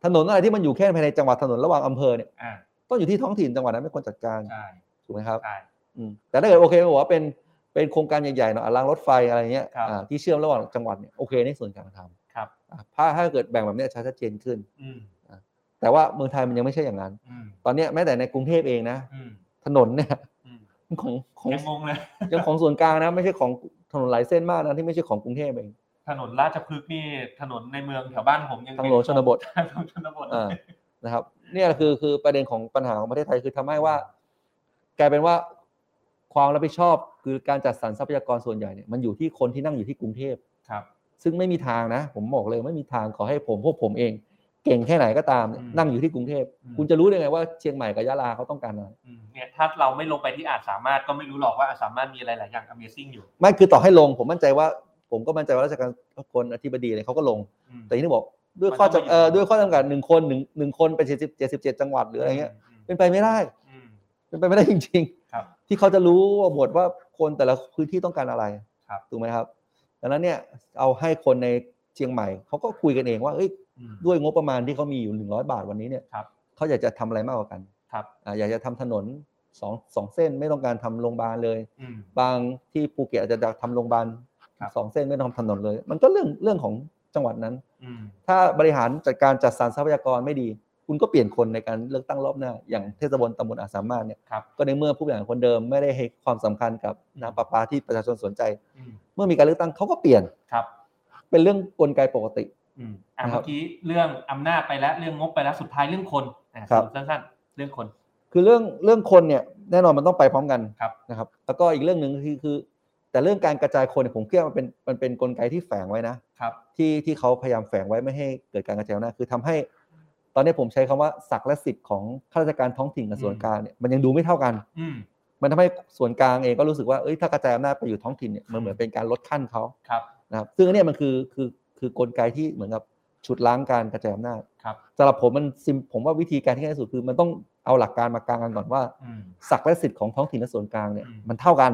ถนนอะไรที่มันอยู่แค่ภายในจังหวัดถนนระหว่างอำเภอเนี่ย อ่า ต้องอยู่ที่ท้องถิ่นจังหวัดนั้นเป็นคนจัดการ ใช่ ถูกไหมครับ ใช่ อืมแต่ถ้าเกิดโอเคบอกว่าเป็นเป็นโครงการใหญ่ๆเนาะอ่ะรางรถไฟอะไรเงี้ย ครับ อ่าที่เชื่อมระหว่างจังหวัดเนี่ยโอเคในส่วนกลางท ครับ ำอ่ะถ้าถ้าเกิดแบ่งแบบเนี้ยชัดเจนขึ้น อืม แต่ว่าเมืองไทยมันยังไม่ใช่อย่างนั้น อืม ตอนเนี้ยแม้แต่ในกรุงเทพเองนะ อืม ถนนเนี่ย อืม ของของ ยังงงเลย ยังของส่วนกลางนะไม่ใช่ของถนนหลายเส้นมากนะที่ไม่ใช่ของกรุงเทพเอง ถนนราชพฤกษ์นี่ถนนในเมืองแถวบ้านผมยังเป็ ทางหลวงชนบท ทางหลวงชนบท อ่านะครับเนี่ยคือคือประเด็นของปัญหาของประเทศไทยคือทำให้ว่า กลายเป็นว่าความรับผิดชอบคือการจัดสรรทรัพยากรส่วนใหญ่เนี่ยมันอยู่ที่คนที่นั่งอยู่ที่กรุงเทพ ครับ ซึ่งไม่มีทางนะ ผมบอกเลยไม่มีทางขอให้ผมพวกผมเอง เก่งแค่ไหนก็ตามเนี่ย อืม นั่งอยู่ที่กรุงเทพ อืม คุณจะรู้ได้ไงว่าเชียงใหม่กับยะลาเขาต้องการอะไร อืมเนี่ยถ้าเราไม่ลงไปที่อาจสามารถก็ไม่รู้หรอกว่าอาจสามารถมีอะไรหลายอย่าง Amazing อยู่ ไม่คือต่อให้ลง ผมมั่นใจว่า ผมก็มั่นใจว่าราชการคนอธิบดีอะไรเขาก็ลง อืม แต่ที่นี่บอกด้วยข้อ มันต้อง จำเอ่อ ไม่อยู่ ด้วยข้อจำกัดหนึ่งคนหนึ่งหนึ่งคนไปเจ็ดสิบเจ็ดสิบเจ็ดจังหวัดหรืออะไรเงี้ย ม เป็นไปไม่ได้ อืม เป็นไปไม่ได้จริง ครับ ๆ ที่เขาจะรู้ว่าบทว่าคนแต่ละพื้นที่ต้องการอะไร ครับ ถูกไหมครับดังนั้นเนี่ยเอาให้คนในเชียงใหม่เขาก็คุยกันเองว่าเอ้ย อืม ด้วยงบประมาณที่เขามีอยู่ 100 บาทวันนี้เนี่ย ครับ เขาอยากจะทำอะไรมากกว่ากัน ครับ อ่าอยากจะทำถนนสองสองเส้นไม่ต้องการทำโรงพยาบาลเลย อืม บางที่ภูเก็ตอาจจะทำโรงพยาบาล ครับ สองเส้นไม่ต้องทำถนนเลย มันก็เรื่องเรื่องของจังหวัดนั้น อืม ถ้าบริหารจัดการจัดสรรทรัพยากรไม่ดี คุณก็เปลี่ยนคนในการเลือกตั้งรอบหน้า อย่างเทศบาลตำบลอาจสามารถเนี่ย ครับ ก็ในเมื่อผู้บริหารคนเดิมไม่ได้ให้ความสำคัญกับน้ำประปาที่ประชาชนสนใจ อืม เมื่อมีการเลือกตั้งเขาก็เปลี่ยน ครับ เป็นเรื่องกลไกปกติ อืมอ่ะ นะครับ เมื่อกี้เรื่องอำนาจไปแล้วเรื่องงบไปแล้วสุดท้ายเรื่องคนอ่ะ ครับ สปสั้นๆ เรื่องคน คือเรื่องเรื่องคนเนี่ยแน่นอนมันต้องไปพร้อมกัน ครับ นะครับ แล้วก็อีกเรื่องหนึ่งคือคือ แต่เรื่องการกระจายคนเนี่ยผมคิดว่ามันเป็นมันเป็นกลไกที่แฝงไว้นะ ครับ ที่ที่เขาพยายามแฝงไว้ไม่ให้เกิดการกระจายอำนาจคือทำให้ ตอนนี้ผมใช้คำว่าศักดิ์และสิทธิ์ของข้าราชการท้องถิ่นกับส่วนกลางเนี่ยมันยังดูไม่เท่ากัน อืม มันทำให้ส่วนกลางเองก็รู้สึกว่า เอ้ย ถ้ากระจายอำนาจไปอยู่ท้องถิ่นเนี่ย มันเหมือนเป็นการลดขั้นเขา ครับ นะครับ ซึ่งอันเนี้ยมันคือ คือ คือกลไกที่เหมือนกับฉุดล้างการกระจายอำนาจ ครับ สำหรับผมมัน sim- ผมว่าวิธีการที่ง่ายที่สุดคือ มันต้องเอาหลักการมากลางกันก่อนว่า อืม ศักดิ์และสิทธิ์ของท้องถิ่นและส่วนกลางเนี่ย อืม มันเท่ากัน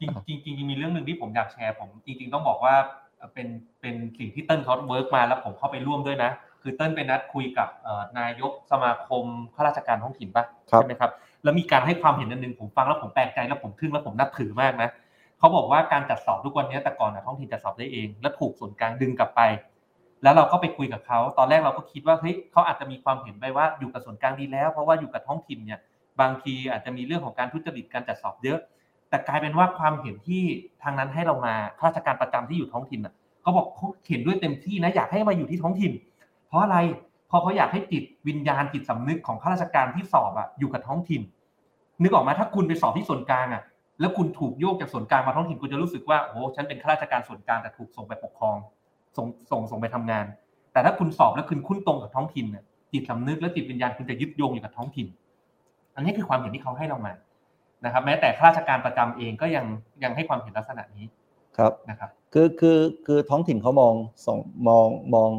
จริง อ่ะ จริงจริงมีเรื่องหนึ่งที่ผมอยากแชร์ผมจริง ๆ ต้องบอกว่าเอ่อเป็นเป็นสิ่งที่เติ้ลเขาเวิร์กมาแล้วผมเข้าไปร่วมด้วยนะ คือเติ้ลไปนัดคุยกับเอ่อนายกสมาคมข้าราชการท้องถิ่นปะ ครับ ใช่ไหมครับ แล้วมีการให้ความเห็นอันหนึ่งผมฟังแล้วผมแปลกใจแล้วผมทึ่งแล้วผมนับถือมากนะเขาบอกว่าการจัดสอบทุกวันนี้แต่ก่อนนะท้องถิ่นจัดสอบได้เอง แล้วถูกส่วนกลางดึงกลับไป แล้วเราก็ไปคุยกับเขาตอนแรกเราก็คิดว่าเฮ้ยเขาอาจจะมีความเห็นไปว่าอยู่กับส่วนกลางดีแล้ว เพราะว่าอยู่กับท้องถิ่นเนี่ย บางทีอาจจะมีเรื่องของการทุจริตการจัดสอบเยอะ แต่กลายเป็นว่าความเห็นที่ทางนั้นให้เรามาข้าราชการประจำที่อยู่ท้องถิ่นน่ะเขาบอกเขาเห็นด้วยเต็มที่นะอยากให้มาอยู่ที่ท้องถิ่น เพราะอะไรเพราะเขาอยากให้จิตวิญญาณจิตสำนึกของข้าราชการที่สอบอะอยู่กับท้องถิ่น นึกออกมาถ้าคุณไปสอบที่ส่วนกลางอะแล้วคุณถูกโยกจากส่วนกลางมาท้องถิ่นคุณจะรู้สึกว่าโอ้โหฉันเป็นข้าราชการส่วนกลางแต่ถูกส่งไปปกครองส่งส่งส่งไปทำงาน แต่ถ้าคุณสอบแล้วคุณคุ้นตรงกับท้องถิ่นน่ะจิตสำนึกและจิตวิญญาณคุณจะยึดโยงอยู่กับท้องถิ่น อันนี้คือความเห็นที่เขาให้เรามานะครับ แม้แต่ข้าราชการประจำเองก็ยังยังให้ความเห็นลักษณะนี้ ครับ นะครับ คือ คือ คือท้องถิ่นเขามองสองมอง มอง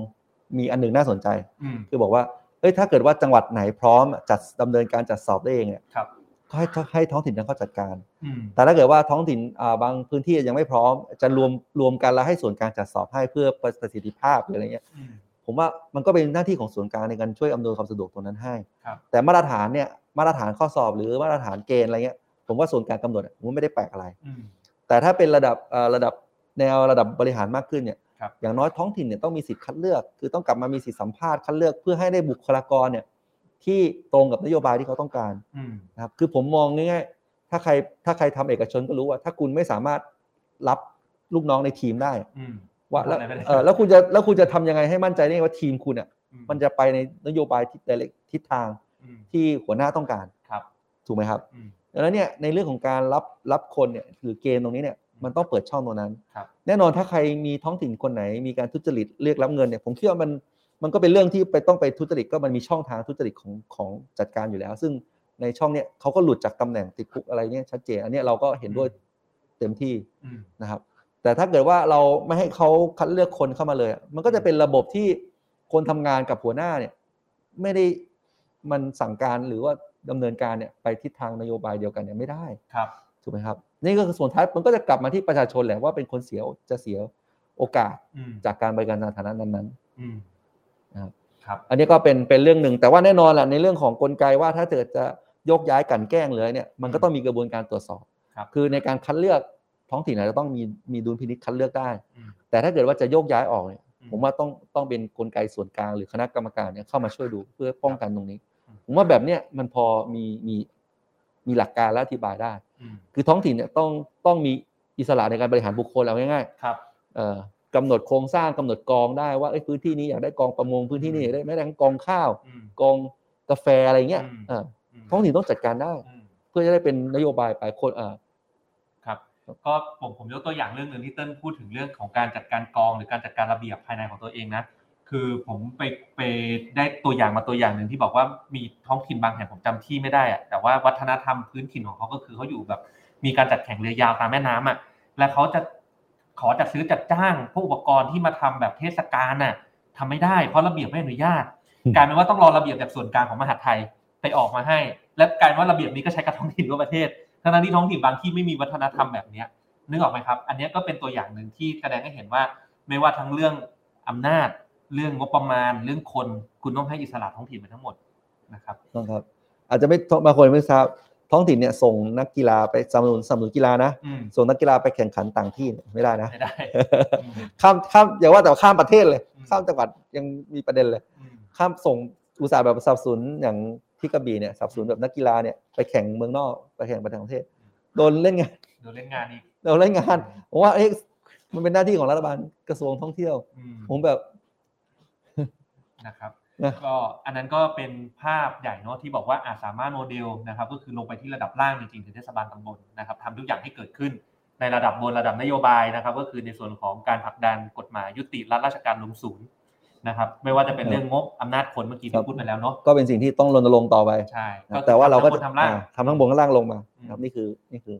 มีอันหนึ่งน่าสนใจ อืม คือบอกว่า เอ้ย ถ้าเกิดว่าจังหวัดไหนพร้อมจัดดำเนินการจัดสอบได้เองเนี่ย ครับ ก็ให้ให้ท้องถิ่นนั้นเขาจัดการ อืม แต่ถ้าเกิดว่าท้องถิ่นอ่าบางพื้นที่ยังไม่พร้อม จะรวมรวมกันแล้วให้ส่วนกลางจัดสอบให้เพื่อประสิทธิภาพหรืออะไรเงี้ย อืม ผมว่ามันก็เป็นหน้าที่ของส่วนกลางในการช่วยอำนวยความสะดวกตรงนั้นให้ ครับ แต่มาตรฐานเนี่ยมาตรฐานข้อสอบหรือมาตรฐานเกณฑ์อะไรเงี้ยผมว่าส่วนกลางกำหนดอะผมว่าไม่ได้แปลกอะไร อืม แต่ถ้าเป็นระดับเอ่อระดับ แนวระดับบริหารมากขึ้นเนี่ย ครับ อย่างน้อยท้องถิ่นเนี่ยต้องมีสิทธิ์คัดเลือก คือต้องกลับมามีสิทธิ์สัมภาษณ์คัดเลือกเพื่อให้ได้บุคลากรเนี่ยที่ตรงกับนโยบายที่เขาต้องการ อืม นะครับคือผมมองง่ายๆ ถ้าใครถ้าใครทำเอกชนก็รู้ว่า ถ้าคุณไม่สามารถรับลูกน้องในทีมได้ อืม ว่าแล้ว ทำอะไรไม่ได้ เออแล้วคุณจะแล้วคุณจะทำยังไงให้มั่นใจได้ว่าทีมคุณอ่ะ อื มันจะไปในนโยบายทิศ direct ทิศทาง อืม ที่หัวหน้าต้องการ ครับ ถูกไหมครับ อืม ดังนั้นเนี่ยในเรื่องของการรับรับคนเนี่ยหรือเกณฑ์ตรงนี้เนี่ยมันต้องเปิดช่องตรงนั้น ครับ แน่นอนถ้าใครมีท้องถิ่นคนไหน มีการทุจริตเรียกรับเงินเนี่ยผมคิดว่ามันมันก็เป็นเรื่องที่ไปต้องไปทุจริตก็มันมีช่องทางทุจริตของของจัดการอยู่แล้ว ซึ่งในช่องเนี่ยเขาก็หลุดจากตำแหน่งติดคุกอะไรเนี่ยชัดเจนอันเนี้ยเราก็เห็นด้วยเต็มที่ อืม นะครับแต่ถ้าเกิดว่าเราไม่ให้เขาคัดเลือกคนเข้ามาเลยอะมันก็จะเป็นระบบที่คนทำงานกับหัวหน้าเนี่ยไม่ได้มันสั่งการหรือว่าดำเนินการเนี่ยไปทิศทางนโยบายเดียวกันเนี่ยไม่ได้ ครับ ถูกไหมครับนี่ก็คือส่วนท้ายมันก็จะกลับมาที่ประชาชนแหละว่าเป็นคนเสียจะเสียโอกาส อืม จากการบริการในฐานะนั้น อืม ๆอันนี้ก็เป็นเป็นเรื่องหนึ่งแต่ว่าแน่นอนแหละในเรื่องของกลไกว่าถ้าเกิดจะยกย้ายกลันแกล้งเลยเนี่ยมันก็ต้องมีกระบวนการตรวจสอบ ครับ อในการคัดเลือกท้องถิ่นอาจจะต้องมีมีดุลพินิจคัดเลือกได้ อืม แต่ถ้าเกิดว่าจะโยกย้ายออกเนี่ย อืม ผมว่าต้องต้องเป็นกลไกส่วนกลางหรือคณะกรรมการเนี่ยเข้ามาช่วยดูเพื่อป้องกันตรงนี้ อืม ผมว่าแบบเนี้ยมันพอมีมีมีหลักการและอธิบายได้ อืม คือท้องถิ่นเนี่ยต้องต้องมีอิสระในการบริหารบุคคลเอาง่าย ครับ ๆเอ่อกำหนดโครงสร้างกำหนดกองได้ว่าเอ้ยพื้นที่นี้อยากได้กองประมงพื้นที่นี้อยากได้แม้แต่กองข้าว อืม กองกาแฟอะไรเงี้ย อืม เอ่อ ม ท้องถิ่นต้องจัดการได้ อืม เพื่อจะได้เป็นนโยบายไปคนเอ่อ ครับก็ผมผมยกตัวอย่างเรื่องหนึ่งที่เติ้ลพูดถึงเรื่องของการจัดการกอง หรือการจัดการระเบียบภายในของตัวเองนะ คือผมไปไปได้ตัวอย่างมาตัวอย่างหนึ่งที่บอกว่ามีท้องถิ่นบางแห่งผมจำที่ไม่ได้อะแต่ว่าวัฒนธรรมพื้นถิ่นของเขาก็คือเขาอยู่แบบ มีการจัดแข่งเรือยาวตามแม่น้ำอ่ะและเขาจะขอจัดซื้อจัดจ้างพวกอุปกรณ์ที่มาทำแบบเทศกาลน่ะทำไม่ได้เพราะระเบียบไม่อนุญาต อืม กลายเป็นว่าต้องรอระเบียบจากส่วนกลางของมหาดไทยไปออกมาให้ และกลายเป็นว่าระเบียบนี้ก็ใช้กับท้องถิ่นทั่วประเทศ ทั้งๆที่ท้องถิ่นบางที่ไม่มีวัฒนธรรมแบบเนี้ยนึกออกไหมครับ อันเนี้ยก็เป็นตัวอย่างหนึ่งที่แสดงให้เห็นว่าไม่ว่าทั้งเรื่องอำนาจ เรื่องงบประมาณ เรื่องคนคุณต้องให้อิสระท้องถิ่นไปทั้งหมดนะครับ นะครับอาจจะไม่บางคนไม่ทราบท้องถิ่นเนี่ยส่งนักกีฬาไปสนับสนุนสนับสนุนกีฬานะ อืม ส่งนักกีฬาไปแข่งขันต่างที่เนี่ยไม่ได้นะ ไม่ได้ อืม ข้ามข้ามอย่าว่าแต่ว่าข้ามประเทศเลย อืม ข้ามจังหวัดยังมีประเด็นเลย อืม ข้ามส่งอุตสาห์แบบสนับสนุนอย่างที่กระบี่เนี่ยสนับสนุนแบบนักกีฬาเนี่ยไปแข่งเมืองนอกไปแข่งไปต่างประเทศโดนเล่นงาน เดี๋ยวเล่นงานอีก โดนเล่นงานผมว่าเอ๊ะมันเป็นหน้าที่ของรัฐบาลกระทรวงท่องเที่ยว อืม ผมแบบ นะครับ นะ ก็อันนั้นก็เป็นภาพใหญ่เนาะที่บอกว่าอาจสามารถโมเดลนะครับก็คือลงไปที่ระดับล่างจริงๆถึงเทศบาลตำบลนะครับทำทุกอย่างให้เกิดขึ้นในระดับบนระดับนโยบายนะครับ ก็คือในส่วนของการผลักดันกฎหมายยุติรัฐราชการลงศูนย์นะครับ ไม่ว่าจะเป็นเรื่องงบอำนาจคนเมื่อกี้ที่พูดไปแล้วเนาะ ก็เป็นสิ่งที่ต้องรณรงค์ต่อไป ใช่ นะ คือ แต่ว่าเราก็ ทำคนทำล่าง อ่ทำทั้งบนข้างล่างลงมา อืม ครับนี่คือนี่คือ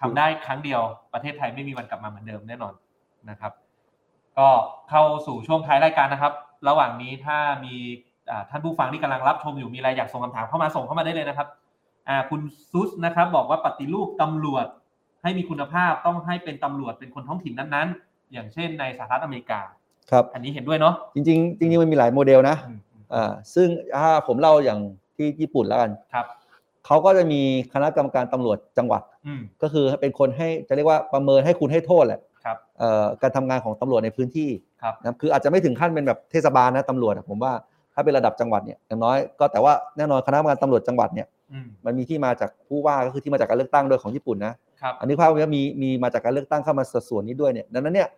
ทำได้ครั้งเดียวประเทศไทยไม่มีวันกลับมาเหมือนเดิมแน่นอนนะครับ ก็เข้าสู่ช่วงท้ายรายการนะครับ ระหว่างนี้ถ้ามีอ่าท่านผู้ฟังที่กำลังรับชมอยู่มีอะไรอยากส่งคำถามเข้ามาส่งเข้ามาได้เลยนะครับอ่าคุณซุสนะครับ บอกว่าปฏิรูปตำรวจ ให้มีคุณภาพต้องให้เป็นตำรวจเป็นคนท้องถิ่นนั้นๆ อย่างเช่นในสหรัฐอเมริกา ครับ อันนี้เห็นด้วยเนาะ จริงๆจริงๆมันมีหลายโมเดลนะ อืม อ่าซึ่งถ้าผมเล่าอย่างที่ญี่ปุ่นแล้วกัน ครับ เขาก็จะมีคณะกรรมการตำรวจจังหวัด อืม ก็คือเป็นคนให้จะเรียกว่าประเมินให้คุณให้โทษแหละ ครับ เอ่อการทำงานของตำรวจในพื้นที่ ครับ นะครับคืออาจจะไม่ถึงขั้นเป็นแบบเทศบาลนะตำรวจอะผมว่าถ้าเป็นระดับจังหวัดเนี่ยอย่างน้อยก็แต่ว่าแน่นอนคณะกรรมการตำรวจจังหวัดเนี่ย อืม มันมีที่มาจากผู้ว่าก็คือที่มาจากการเลือกตั้งโดวยของญี่ปุ่นนะ ครับ อันนี้ภาพว่ามีมีมาจากการเลือกตั้งเข้ามาสัดส่วนนี้ด้วยเนี่ยดังนั้นเนี่ย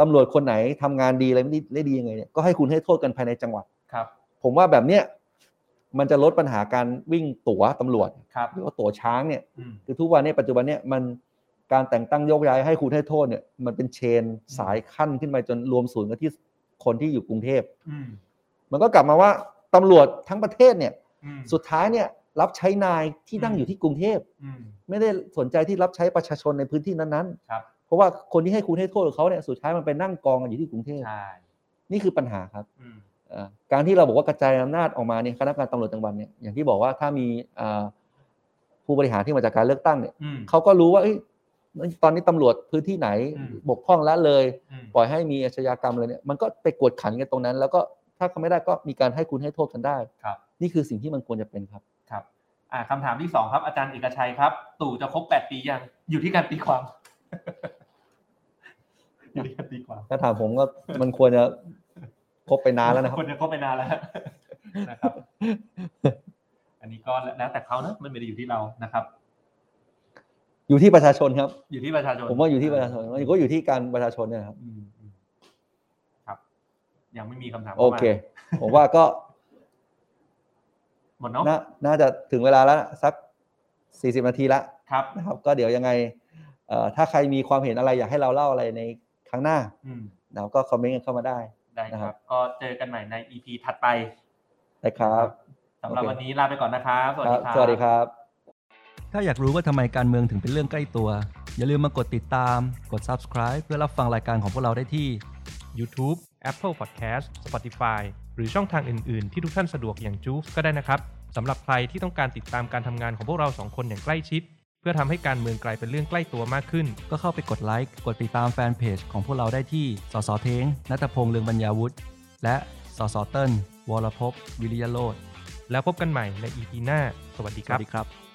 ตำรวจคนไหนทำงานดีอะไรไม่ดีไม่ดียังไงเนี่ยก็ให้คุณให้โทษกันภายในจังหวัด ครับ ผมว่าแบบเนี้ยมันจะลดปัญหาการวิ่งตั๋วตำรวจ ครับ หรือว่าตั๋วช้างเนี่ย อืม คือทุกวันเนี้ปัจจุบันเนี่ยมันการแต่งตั้งโยกย้ายให้คุณให้โทษเนี่ยมันเป็นเชนสายขั้นขึ้นไปจนรวมศูนย์กันที่คนที่อยู่กรุงเทพ อืม มันก็กลับมาว่าตำรวจทั้งประเทศเนี่ย อืม สุดท้ายเนี่ยรับใช้นายที่นั่งอยู่ที่กรุงเทพ อืม ไม่ได้สนใจที่รับใช้ประชาชนในพื้นที่นั้นๆ ครับ เพราะว่าคนที่ให้คุณให้โทษกับเขาเนี่ยสุดท้ายมันไปนั่งกองกันอยู่ที่กรุงเทพ ใช่ นี่คือปัญหาครับ อืม เอ่อการที่เราบอกว่ากระจายอำนาจออกมาเนี่ยคณะกรรมการตำรวจจังหวัดเนี่ยอย่างที่บอกว่าถ้ามีเอ่อผู้บริหารที่มาจากการเลือกตั้งเนี่ย อืม เขาก็รู้ว่าเอ้ยตอนนี้ตำรวจพื้นที่ไหน อืม บกพร่องละเลย อืม ปล่อยให้มีอาชญากรรมอะไรเนี่ยมันก็ไปกวดขันกันตรงนั้น แล้วก็ถ้าเขาไม่ได้ก็มีการให้คุณให้โทษกันได้ ครับ นี่คือสิ่งที่มันควรจะเป็นครับ ครับอ่าคำถามที่สองครับอาจ ารย์เอกชัยครับ ตู่จะครบแปดปียังอยู่ที่การตีความ เรียกดีกว่า ถ้าถามผมก็มันควรจะครบไปนานแล้วนะครับ คนจะเข้าไปนานแล้ว นะครับ อันนี้ก็แล้วแต่เขานะมันไม่ได้อยู่ที่เรานะครับ อยู่ที่ประชาชนครับ อยู่ที่ประชาชน ผมว่าอยู่ที่ประชาชนก็อยู่ที่การประชาชนเนี่ยนะครับ อืมอืมครับ ยังไม่มีคำถามข้า โอ มา เค ผมว่าก็ หมดเนาะ น่าน่าจะถึงเวลาแล้วสัก 40 นาทีละ ครับ นะครับ ก็เดี๋ยวยังไงเอ่อถ้าใครมีความเห็นอะไรอยากให้เราเล่าอะไรในครั้งหน้า อืม นะครับก็คอมเมนต์กันเข้ามาได้ ได้ค นะครั รับ บ ก็เจอกันใหม่ใน EP ถัดไป นะครับ สำหรับ โอเค วันนี้ลาไปก่อนนะครับ สวัสดีครับ สวัสดีครับ ถ้าอยากรู้ว่าทำไมการเมืองถึงเป็นเรื่องใกล้ตัว อย่าลืมมากดติดตาม กด subscribe เพื่อรับฟังรายการของพวกเราได้ที่ YouTube Apple Podcast Spotify หรือช่องทางอื่น ๆ ที่ทุกท่านสะดวกอย่างจูฟก็ได้นะครับสำหรับใครที่ต้องการติดตามการทำงานของพวกเราสองคนอย่างใกล้ชิด เพื่อทำให้การเมืองกลายเป็นเรื่องใกล้ตัวมากขึ้น ก็เข้าไปกดไลค์ กดติดตามแฟนเพจของพวกเราได้ที่ สสเทงนัตพงษ์เลืองบรรยาวุฒิ และสสเติ้ลวรภพวิริยโรธ แล้วพบกันใหม่ใน EP หน้า สวัสดี ส ค วั รั ส บ ดีครับ